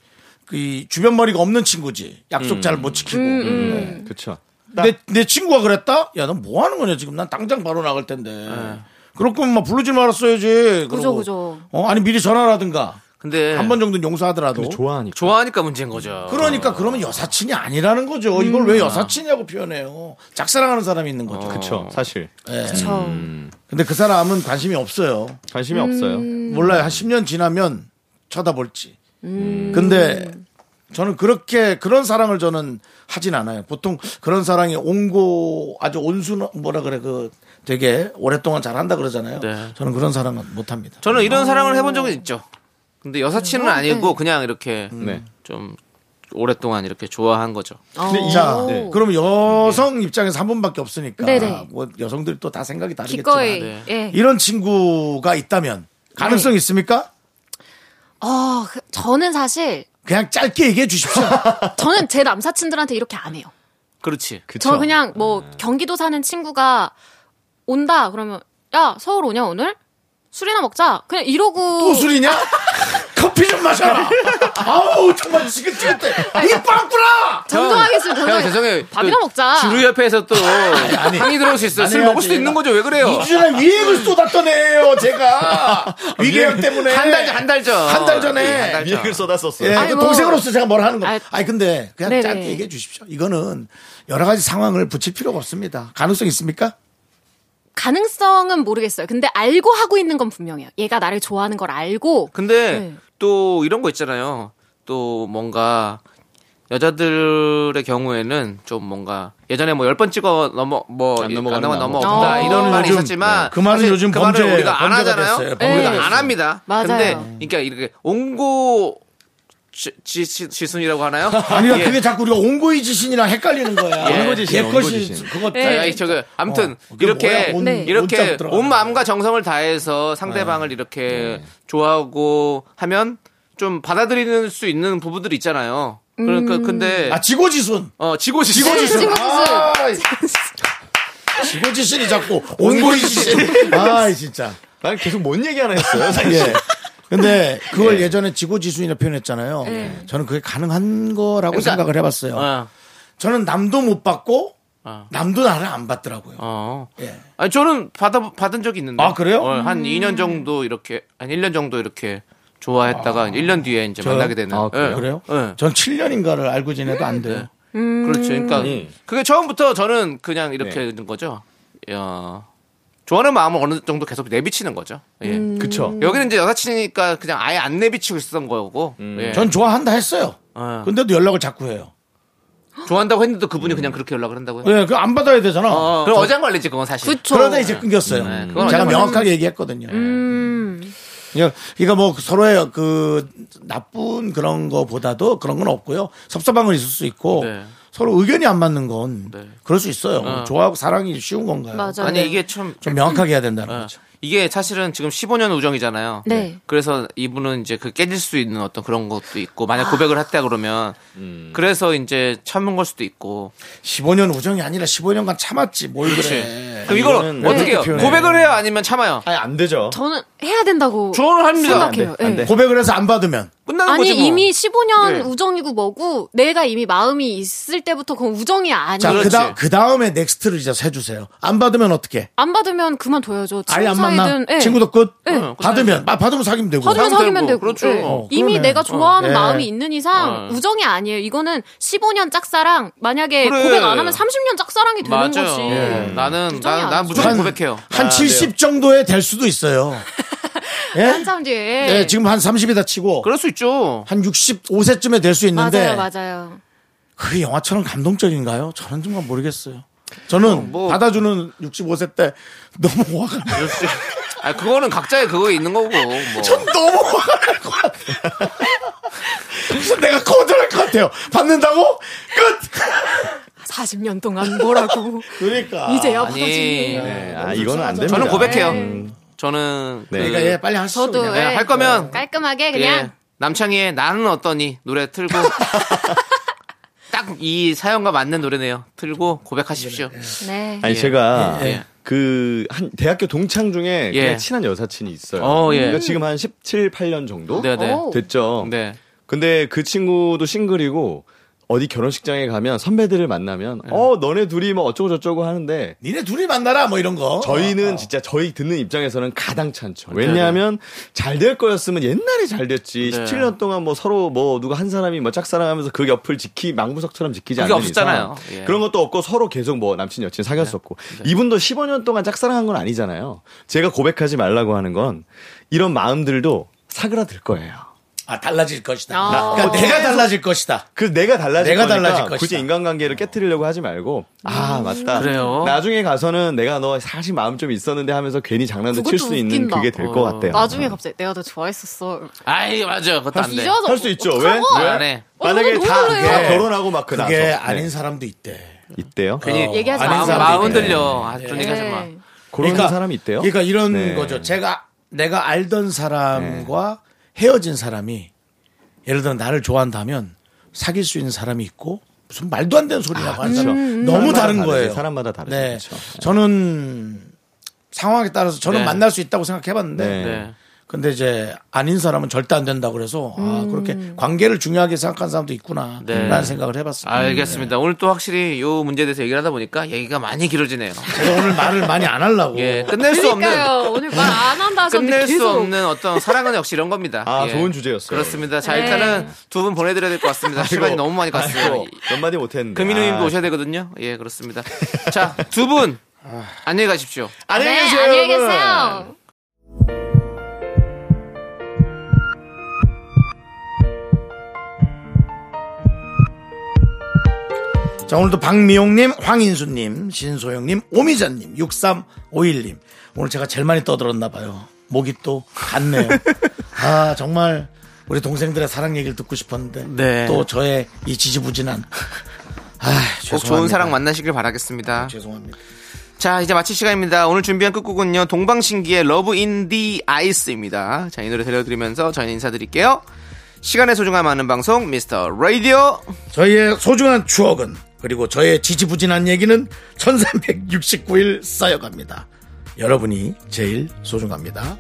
[SPEAKER 1] 그이 주변 머리가 없는 친구지. 약속 잘 못
[SPEAKER 7] 음,
[SPEAKER 1] 지키고. 음.
[SPEAKER 4] 그렇죠.
[SPEAKER 1] 내, 내 친구가 그랬다? 야, 넌 뭐 하는 거냐, 지금? 난 당장 바로 나갈 텐데.
[SPEAKER 4] 네.
[SPEAKER 1] 그럴 거면 막 부르지 말았어야지. 그러고.
[SPEAKER 7] 그죠.
[SPEAKER 1] 어, 아니, 미리 전화라든가.
[SPEAKER 2] 근데
[SPEAKER 1] 한 번 정도는 용서하더라도.
[SPEAKER 4] 네. 좋아하니까.
[SPEAKER 2] 좋아하니까 문제인 거죠.
[SPEAKER 1] 그러니까 그러면 여사친이 아니라는 거죠.
[SPEAKER 7] 음.
[SPEAKER 1] 이걸 왜 여사친이라고 표현해요. 짝사랑하는 사람이 있는 거죠.
[SPEAKER 2] 어.
[SPEAKER 4] 그렇죠. 사실
[SPEAKER 7] 저
[SPEAKER 1] 근데 그 사람은 관심이 없어요.
[SPEAKER 4] 관심이 없어요.
[SPEAKER 1] 몰라요. 한 10년 지나면 쳐다볼지. 근데 저는 그렇게 그런 사랑을 저는 하진 않아요. 보통 그런 사랑이 온고 아주 온순 뭐라 그래 그 되게 오랫동안 잘한다 그러잖아요.
[SPEAKER 2] 네.
[SPEAKER 1] 저는 그런 사랑은 못합니다.
[SPEAKER 2] 저는 이런 사랑을 해본 적은 있죠. 근데 여사친은 아니고 그냥 이렇게
[SPEAKER 1] 음.
[SPEAKER 2] 음,
[SPEAKER 4] 네.
[SPEAKER 2] 좀 오랫동안 이렇게 좋아한 거죠.
[SPEAKER 1] 자,
[SPEAKER 4] 네.
[SPEAKER 1] 그럼 여성 입장에서 한 분밖에 없으니까
[SPEAKER 3] 네네.
[SPEAKER 1] 뭐 여성들이 또 다 생각이 다르겠지만
[SPEAKER 3] 기꺼이
[SPEAKER 2] 네.
[SPEAKER 3] 예.
[SPEAKER 1] 이런 친구가 있다면 가능성 있습니까?
[SPEAKER 7] 어, 그- 저는 사실
[SPEAKER 1] 그냥 짧게 얘기해 주십시오.
[SPEAKER 7] 저는 제 남사친들한테 이렇게 안 해요.
[SPEAKER 2] 그렇지. 그,
[SPEAKER 7] 저 그냥 뭐 경기도 사는 친구가 온다 그러면 야 서울 오냐 오늘 술이나 먹자 그냥 이러고
[SPEAKER 1] 또 술이냐? <laughs> 커피 좀 마셔라. 아우 정말 지금 지금 때 이게 빵꾸나.
[SPEAKER 7] 정정하겠습니다.
[SPEAKER 2] 형
[SPEAKER 7] 정정하겠습니다.
[SPEAKER 2] 죄송해요.
[SPEAKER 7] 밥이나
[SPEAKER 2] 그
[SPEAKER 7] 먹자.
[SPEAKER 2] 주류 옆에서 또
[SPEAKER 1] 아니.
[SPEAKER 2] 항의 들어올 수 있어요. 술
[SPEAKER 1] 안 해야지.
[SPEAKER 2] 먹을 수도 있는 거죠. 왜 그래요?
[SPEAKER 1] 이주에 위액을 쏟았던 애예요, 제가. 위궤양 때문에.
[SPEAKER 2] 한 달 전, 한 달 전.
[SPEAKER 1] 한달 전에.
[SPEAKER 2] 예, 한달 전.
[SPEAKER 4] 미역을 쏟았었어요.
[SPEAKER 1] 예,
[SPEAKER 7] 아니,
[SPEAKER 1] 그
[SPEAKER 7] 뭐.
[SPEAKER 1] 동생으로서 제가 뭘 하는 거.
[SPEAKER 7] 아,
[SPEAKER 1] 아니, 근데 그냥
[SPEAKER 7] 네네.
[SPEAKER 1] 짧게 얘기해 주십시오. 이거는 여러 가지 상황을 붙일 필요가 없습니다. 가능성 있습니까?
[SPEAKER 7] 가능성은 모르겠어요. 근데 알고 하고 있는 건 분명해요. 얘가 나를 좋아하는 걸 알고
[SPEAKER 2] 근데
[SPEAKER 7] 네.
[SPEAKER 2] 또 이런 거 있잖아요. 또 뭔가 여자들의 경우에는 좀 뭔가 예전에 뭐 열 번 찍어 넘어 뭐안
[SPEAKER 4] 넘어가는
[SPEAKER 2] 넘어
[SPEAKER 4] 나무.
[SPEAKER 2] 넘어간다
[SPEAKER 7] 어.
[SPEAKER 2] 이런 말이
[SPEAKER 1] 요즘,
[SPEAKER 2] 있었지만
[SPEAKER 1] 네. 그 말은
[SPEAKER 2] 사실
[SPEAKER 1] 요즘
[SPEAKER 2] 그 말을
[SPEAKER 1] 범죄예요.
[SPEAKER 2] 우리가 안
[SPEAKER 1] 범죄가
[SPEAKER 2] 하잖아요.
[SPEAKER 1] 됐어요.
[SPEAKER 2] 우리가
[SPEAKER 7] 네.
[SPEAKER 2] 안 합니다.
[SPEAKER 7] 맞아요.
[SPEAKER 2] 근데 그러니까 이렇게 온고 지, 지, 지- 지순이라고 하나요?
[SPEAKER 1] <laughs> 아니,
[SPEAKER 2] 예.
[SPEAKER 1] 그게 자꾸 우리가 온고이 지신이랑 헷갈리는 거야.
[SPEAKER 2] 예. 네.
[SPEAKER 4] 온고지신,
[SPEAKER 1] 옛 것이
[SPEAKER 4] 온고지신.
[SPEAKER 1] 그것
[SPEAKER 7] 예.
[SPEAKER 2] 아니, 저기 아무튼
[SPEAKER 1] 어, 그게
[SPEAKER 2] 이렇게
[SPEAKER 1] 뭐야? 온-
[SPEAKER 7] 네.
[SPEAKER 2] 이렇게
[SPEAKER 1] 온자로 들어가는 네.
[SPEAKER 2] 온 마음과 정성을 다해서 상대방을 이렇게 좋아하고 하면 좀 받아들이는 수 있는 부부들 있잖아요. 그러니까 근데
[SPEAKER 1] 아, 지고지순.
[SPEAKER 2] 어 지고지순
[SPEAKER 7] 지고지순.
[SPEAKER 1] 아, <laughs> 지고지순이 <laughs> 자꾸 온고이 지신. 아, 진짜.
[SPEAKER 4] 난 계속 뭔 얘기 하나
[SPEAKER 2] <laughs>
[SPEAKER 4] 했어요. 사실.
[SPEAKER 1] 예. 근데 그걸 예. 전에 지고지순이라 표현했잖아요. 저는 그게 가능한 거라고
[SPEAKER 2] 그러니까-
[SPEAKER 1] 생각을 해봤어요.
[SPEAKER 2] 어,
[SPEAKER 1] 저는 남도 못 받고
[SPEAKER 2] 어.
[SPEAKER 1] 남도 나를 안 받더라고요.
[SPEAKER 2] 어.
[SPEAKER 1] 예.
[SPEAKER 2] 아니 저는 받아 받은 적이 있는데.
[SPEAKER 1] 아, 그래요?
[SPEAKER 2] 어, 한 2년 정도 이렇게 한 1년 정도 이렇게 좋아했다가 1년 뒤에 이제 만나게 되는.
[SPEAKER 4] 아, 그래요?
[SPEAKER 2] 예.
[SPEAKER 1] 그래요?
[SPEAKER 2] 예.
[SPEAKER 1] 전 7년인가를 알고 지내도 안 돼요.
[SPEAKER 2] 그렇죠. 그러니까
[SPEAKER 4] 음.
[SPEAKER 2] 그게 처음부터 저는 그냥 이렇게
[SPEAKER 4] 네.
[SPEAKER 2] 되는 거죠. 어, 좋아하는 마음을 어느 정도 계속 내비치는 거죠. 예.
[SPEAKER 7] 음.
[SPEAKER 4] 그쵸.
[SPEAKER 2] 여기는 이제 여사친이니까 그냥 아예 안 내비치고 있었던 거고. 예.
[SPEAKER 1] 전 좋아한다 했어요.
[SPEAKER 2] 어.
[SPEAKER 1] 근데도 연락을 자꾸 해요.
[SPEAKER 2] 좋아한다고 했는데 그분이 그냥 그렇게 연락을 한다고요?
[SPEAKER 1] 예, 그거 안 받아야 되잖아.
[SPEAKER 2] 어, 그럼 어장 관리지 그건 사실.
[SPEAKER 7] 그쵸.
[SPEAKER 1] 그러다 이제 끊겼어요.
[SPEAKER 2] 그렇죠.
[SPEAKER 1] 음.
[SPEAKER 2] 네, 그건
[SPEAKER 1] 제가
[SPEAKER 2] 어쩌면-
[SPEAKER 1] 명확하게 얘기했거든요.
[SPEAKER 2] 음.
[SPEAKER 1] 그러니까 그러니까 뭐 서로의 그 나쁜 그런 거보다도 그런 건 없고요. 섭섭한 건 있을 수 있고
[SPEAKER 2] 네.
[SPEAKER 1] 서로 의견이 안 맞는 건
[SPEAKER 2] 네.
[SPEAKER 1] 그럴 수 있어요. 좋아하고 사랑이 쉬운 건가요?
[SPEAKER 7] 맞아요.
[SPEAKER 2] 아니 이게 참
[SPEAKER 1] 좀 명확하게 해야 된다는
[SPEAKER 2] 어,
[SPEAKER 1] 거죠.
[SPEAKER 2] 이게 사실은 지금 15년 우정이잖아요.
[SPEAKER 7] 네.
[SPEAKER 2] 그래서 이분은 이제 그 깨질 수 있는 어떤 그런 것도 있고
[SPEAKER 7] 아.
[SPEAKER 2] 만약 고백을 했다 그러면 그래서 이제 참은 걸 수도 있고.
[SPEAKER 1] 15년 우정이 아니라 15년간 참았지 뭘 그래.
[SPEAKER 2] 그럼 이걸
[SPEAKER 4] 이거는
[SPEAKER 2] 어떻게 해요?
[SPEAKER 1] 어떻게 표현해요?
[SPEAKER 2] 고백을 해요 아니면 참아요?
[SPEAKER 4] 아니 안 되죠.
[SPEAKER 7] 저는 해야 된다고
[SPEAKER 2] 조언을 합니다.
[SPEAKER 7] 뭐 생각해요.
[SPEAKER 4] 안 돼.
[SPEAKER 7] 예.
[SPEAKER 1] 네. 고백을 해서 안 받으면
[SPEAKER 2] 끝나는
[SPEAKER 7] 아니
[SPEAKER 2] 거지 뭐.
[SPEAKER 7] 이미 15년
[SPEAKER 2] 네.
[SPEAKER 7] 우정이고 뭐고 내가 이미 마음이 있을 때부터 그건 우정이
[SPEAKER 1] 자
[SPEAKER 7] 아니에요.
[SPEAKER 2] 그렇지.
[SPEAKER 1] 그다 그 다음에 넥스트를 이제 해주세요. 안 받으면 어떻게?
[SPEAKER 7] 안 받으면 그만둬야죠. 친구
[SPEAKER 1] 아예 안 만나.
[SPEAKER 7] 사이든 예.
[SPEAKER 1] 친구도 끝.
[SPEAKER 2] 예.
[SPEAKER 1] 받으면 아, 받으면 사귀면 되고.
[SPEAKER 7] 받으면
[SPEAKER 2] 사귀면
[SPEAKER 7] 사귀면
[SPEAKER 2] 되고.
[SPEAKER 7] 되고.
[SPEAKER 2] 그렇죠.
[SPEAKER 7] 예.
[SPEAKER 2] 어,
[SPEAKER 7] 이미
[SPEAKER 1] 그러네.
[SPEAKER 7] 내가 좋아하는
[SPEAKER 1] 예.
[SPEAKER 7] 마음이 있는 이상
[SPEAKER 2] 예.
[SPEAKER 7] 우정이 아니에요. 이거는 15년 짝사랑 만약에
[SPEAKER 2] 그래.
[SPEAKER 7] 고백 안 하면 30년 짝사랑이 되는
[SPEAKER 2] 맞아요.
[SPEAKER 7] 거지. 네.
[SPEAKER 2] 예. 나는
[SPEAKER 7] 우정이
[SPEAKER 2] 나는 난
[SPEAKER 7] 아니죠.
[SPEAKER 2] 무조건 고백해요. 예.
[SPEAKER 1] 한
[SPEAKER 4] 아,
[SPEAKER 1] 70 정도에 될 수도
[SPEAKER 7] <laughs>
[SPEAKER 1] 있어요. 예?
[SPEAKER 7] 한참 뒤에.
[SPEAKER 1] 네, 지금 한 30이다 치고
[SPEAKER 2] 그럴 수 있죠.
[SPEAKER 1] 한 65세쯤에 될 수 있는데
[SPEAKER 7] 맞아요, 맞아요.
[SPEAKER 1] 그게 영화처럼 감동적인가요? 저는 정말 모르겠어요. 저는
[SPEAKER 2] 뭐.
[SPEAKER 1] 받아주는 65세 때 너무 화가 나요.
[SPEAKER 2] 아 그거는 각자의 그거 있는 거고 뭐.
[SPEAKER 1] 너무 화가 날 것 같아요. <laughs> 무슨 내가 거절할 것 같아요. 받는다고? 끝!
[SPEAKER 7] 40년 동안 뭐라고.
[SPEAKER 1] 그러니까.
[SPEAKER 7] 이제야
[SPEAKER 2] <laughs> 아니.
[SPEAKER 7] 받아주니.
[SPEAKER 4] 네, 아 이거는 안 됩니다.
[SPEAKER 2] 저는 고백해요.
[SPEAKER 4] 음,
[SPEAKER 2] 저는
[SPEAKER 4] 네.
[SPEAKER 2] 그- 네,
[SPEAKER 1] 그러니까 얘 빨리 하시죠.
[SPEAKER 7] 저도
[SPEAKER 1] 그냥.
[SPEAKER 7] 예.
[SPEAKER 2] 할 거면
[SPEAKER 7] 깔끔하게 네, 그냥.
[SPEAKER 2] 예, 남창희의 나는 어떠니 노래 틀고 딱 이 사연과 맞는 노래네요. 틀고 고백하십시오.
[SPEAKER 7] 네.
[SPEAKER 4] 아니 제가
[SPEAKER 2] 예.
[SPEAKER 4] 그 한 대학교 동창 중에
[SPEAKER 2] 예.
[SPEAKER 4] 그냥 친한 여사친이 있어요.
[SPEAKER 2] 어, 예.
[SPEAKER 4] 그러니까 지금 한 17, 8년 정도
[SPEAKER 2] 네, 네.
[SPEAKER 7] 오.
[SPEAKER 4] 됐죠.
[SPEAKER 2] 네.
[SPEAKER 4] 근데 그 친구도 싱글이고 어디 결혼식장에 가면 선배들을
[SPEAKER 2] 예.
[SPEAKER 4] 만나면 어 너네 둘이 뭐 어쩌고 저쩌고 하는데
[SPEAKER 1] 니네 둘이 만나라 뭐 이런 거.
[SPEAKER 2] 그렇죠. 아.
[SPEAKER 4] 저희는 진짜 저희 듣는 입장에서는 가당찮죠. 왜냐하면 잘 될 거였으면 옛날에 잘 됐지.
[SPEAKER 2] 네.
[SPEAKER 4] 17년 동안 뭐 서로 뭐 누가 한 사람이 뭐 짝사랑하면서 그 옆을 지키 망부석처럼 지키지
[SPEAKER 2] 그게
[SPEAKER 4] 않는
[SPEAKER 2] 없었잖아요.
[SPEAKER 4] 이상
[SPEAKER 2] 예. 네.
[SPEAKER 4] 그런 것도 없고 서로 계속 뭐 남친 여친 사귀었었고 이분도 15년 동안 짝사랑한 건 아니잖아요. 제가 고백하지 말라고 하는 건 이런 마음들도 사그라들 거예요.
[SPEAKER 1] 아 달라질 것이다.
[SPEAKER 7] 아.
[SPEAKER 1] 그러니까 내가 달라질 것이다.
[SPEAKER 4] 그 내가 달라질
[SPEAKER 1] 내가
[SPEAKER 4] 거니까
[SPEAKER 1] 달라질 것이다. 음,
[SPEAKER 4] 굳이 인간관계를 깨뜨리려고 하지 말고 아 맞다
[SPEAKER 2] 그래요?
[SPEAKER 4] 나중에 가서는 내가 너 사실 마음 좀 있었는데 하면서 괜히 장난도
[SPEAKER 7] 그것도
[SPEAKER 4] 칠 수 있는
[SPEAKER 7] 웃긴다.
[SPEAKER 4] 그게 될
[SPEAKER 1] 어.
[SPEAKER 4] 것 같아요
[SPEAKER 7] 나중에 갑자기 내가 더 좋아했었어.
[SPEAKER 2] 아이 맞아 그것도 안돼
[SPEAKER 7] 뒤져서
[SPEAKER 4] 할 수 있죠 왜?
[SPEAKER 7] 어떡하고?
[SPEAKER 4] 왜?
[SPEAKER 2] 안 해.
[SPEAKER 7] 어,
[SPEAKER 4] 만약에
[SPEAKER 7] 너무
[SPEAKER 4] 다,
[SPEAKER 7] 놀래요.
[SPEAKER 4] 다 결혼하고 막 그나서
[SPEAKER 1] 그게
[SPEAKER 4] 네.
[SPEAKER 1] 아닌 사람도 있대.
[SPEAKER 4] 있대요
[SPEAKER 2] 괜히
[SPEAKER 1] 어,
[SPEAKER 7] 얘기하지
[SPEAKER 1] 아닌
[SPEAKER 7] 마.
[SPEAKER 2] 마음,
[SPEAKER 1] 사람도
[SPEAKER 2] 마음
[SPEAKER 1] 있대.
[SPEAKER 2] 들려 아, 그런
[SPEAKER 7] 네.
[SPEAKER 2] 얘기 하지 마
[SPEAKER 4] 그런 사람이 있대요
[SPEAKER 1] 그러니까 이런
[SPEAKER 4] 네.
[SPEAKER 1] 거죠. 제가 내가 알던 사람과 헤어진 사람이 예를 들어 나를 좋아한다면 사귈 수 있는 사람이 있고 무슨 말도 안 되는 소리라고 하는
[SPEAKER 4] 그렇죠.
[SPEAKER 1] 사람 음,
[SPEAKER 4] 사람마다
[SPEAKER 1] 너무 다른
[SPEAKER 4] 다르지,
[SPEAKER 1] 거예요.
[SPEAKER 4] 사람마다 다르죠.
[SPEAKER 1] 네.
[SPEAKER 4] 그렇죠.
[SPEAKER 1] 저는 상황에 따라서 저는
[SPEAKER 2] 네.
[SPEAKER 1] 만날 수 있다고 생각해봤는데
[SPEAKER 4] 네.
[SPEAKER 2] 네.
[SPEAKER 1] 근데 이제 아닌 사람은 절대 안 된다 그래서 아
[SPEAKER 4] 음.
[SPEAKER 1] 그렇게 관계를 중요하게 생각하는 사람도 있구나라는
[SPEAKER 2] 네.
[SPEAKER 1] 생각을 해봤어요.
[SPEAKER 2] 알겠습니다 오늘 또 확실히 이 문제에 대해서 얘기를 하다 보니까 얘기가 많이 길어지네요
[SPEAKER 1] 그래서 오늘 말을 많이 안 하려고.
[SPEAKER 2] 예 끝낼 수 없는
[SPEAKER 7] 그러니까요. 오늘 말 안 한다 하셨는데
[SPEAKER 2] 끝낼 수
[SPEAKER 7] 계속.
[SPEAKER 2] 없는 어떤 사랑은 역시 이런 겁니다. 예.
[SPEAKER 4] 아,
[SPEAKER 1] 예.
[SPEAKER 4] 좋은 주제였어요.
[SPEAKER 2] 그렇습니다.
[SPEAKER 7] 네.
[SPEAKER 2] 자 일단은 두 분 보내드려야 될 것 같습니다. 시간이 너무 많이 갔어요.
[SPEAKER 4] 아이고, 몇 마디 못했는데
[SPEAKER 2] 금인우님도
[SPEAKER 4] 아,
[SPEAKER 2] 오셔야 되거든요. 예 그렇습니다. 자 두 분 안녕히 가십시오.
[SPEAKER 4] 안녕히
[SPEAKER 8] 네,
[SPEAKER 4] 계세요
[SPEAKER 8] 안녕히
[SPEAKER 4] 여러분.
[SPEAKER 8] 계세요.
[SPEAKER 1] 자, 오늘도 박미용님, 황인수님, 신소영님, 오미자님, 6351님. 오늘 제가 제일 많이 떠들었나봐요. 목이 또 갔네요. 아, 정말 우리 동생들의 사랑 얘기를 듣고 싶었는데.
[SPEAKER 2] 네.
[SPEAKER 1] 또 저의 이 지지부진한. <laughs> 아, 죄송합니다.
[SPEAKER 2] 꼭 좋은 사랑 만나시길 바라겠습니다.
[SPEAKER 1] 죄송합니다.
[SPEAKER 2] 자 이제 마칠 시간입니다. 오늘 준비한 끝곡은요 동방신기의 러브 인디 아이스입니다. 자 이 노래 들려드리면서 저희는 인사드릴게요. 시간의 소중함 아는 방송 미스터 라디오
[SPEAKER 1] 저희의 소중한 추억은 그리고 저의 지지부진한 얘기는 1369일 쌓여갑니다. 여러분이 제일 소중합니다.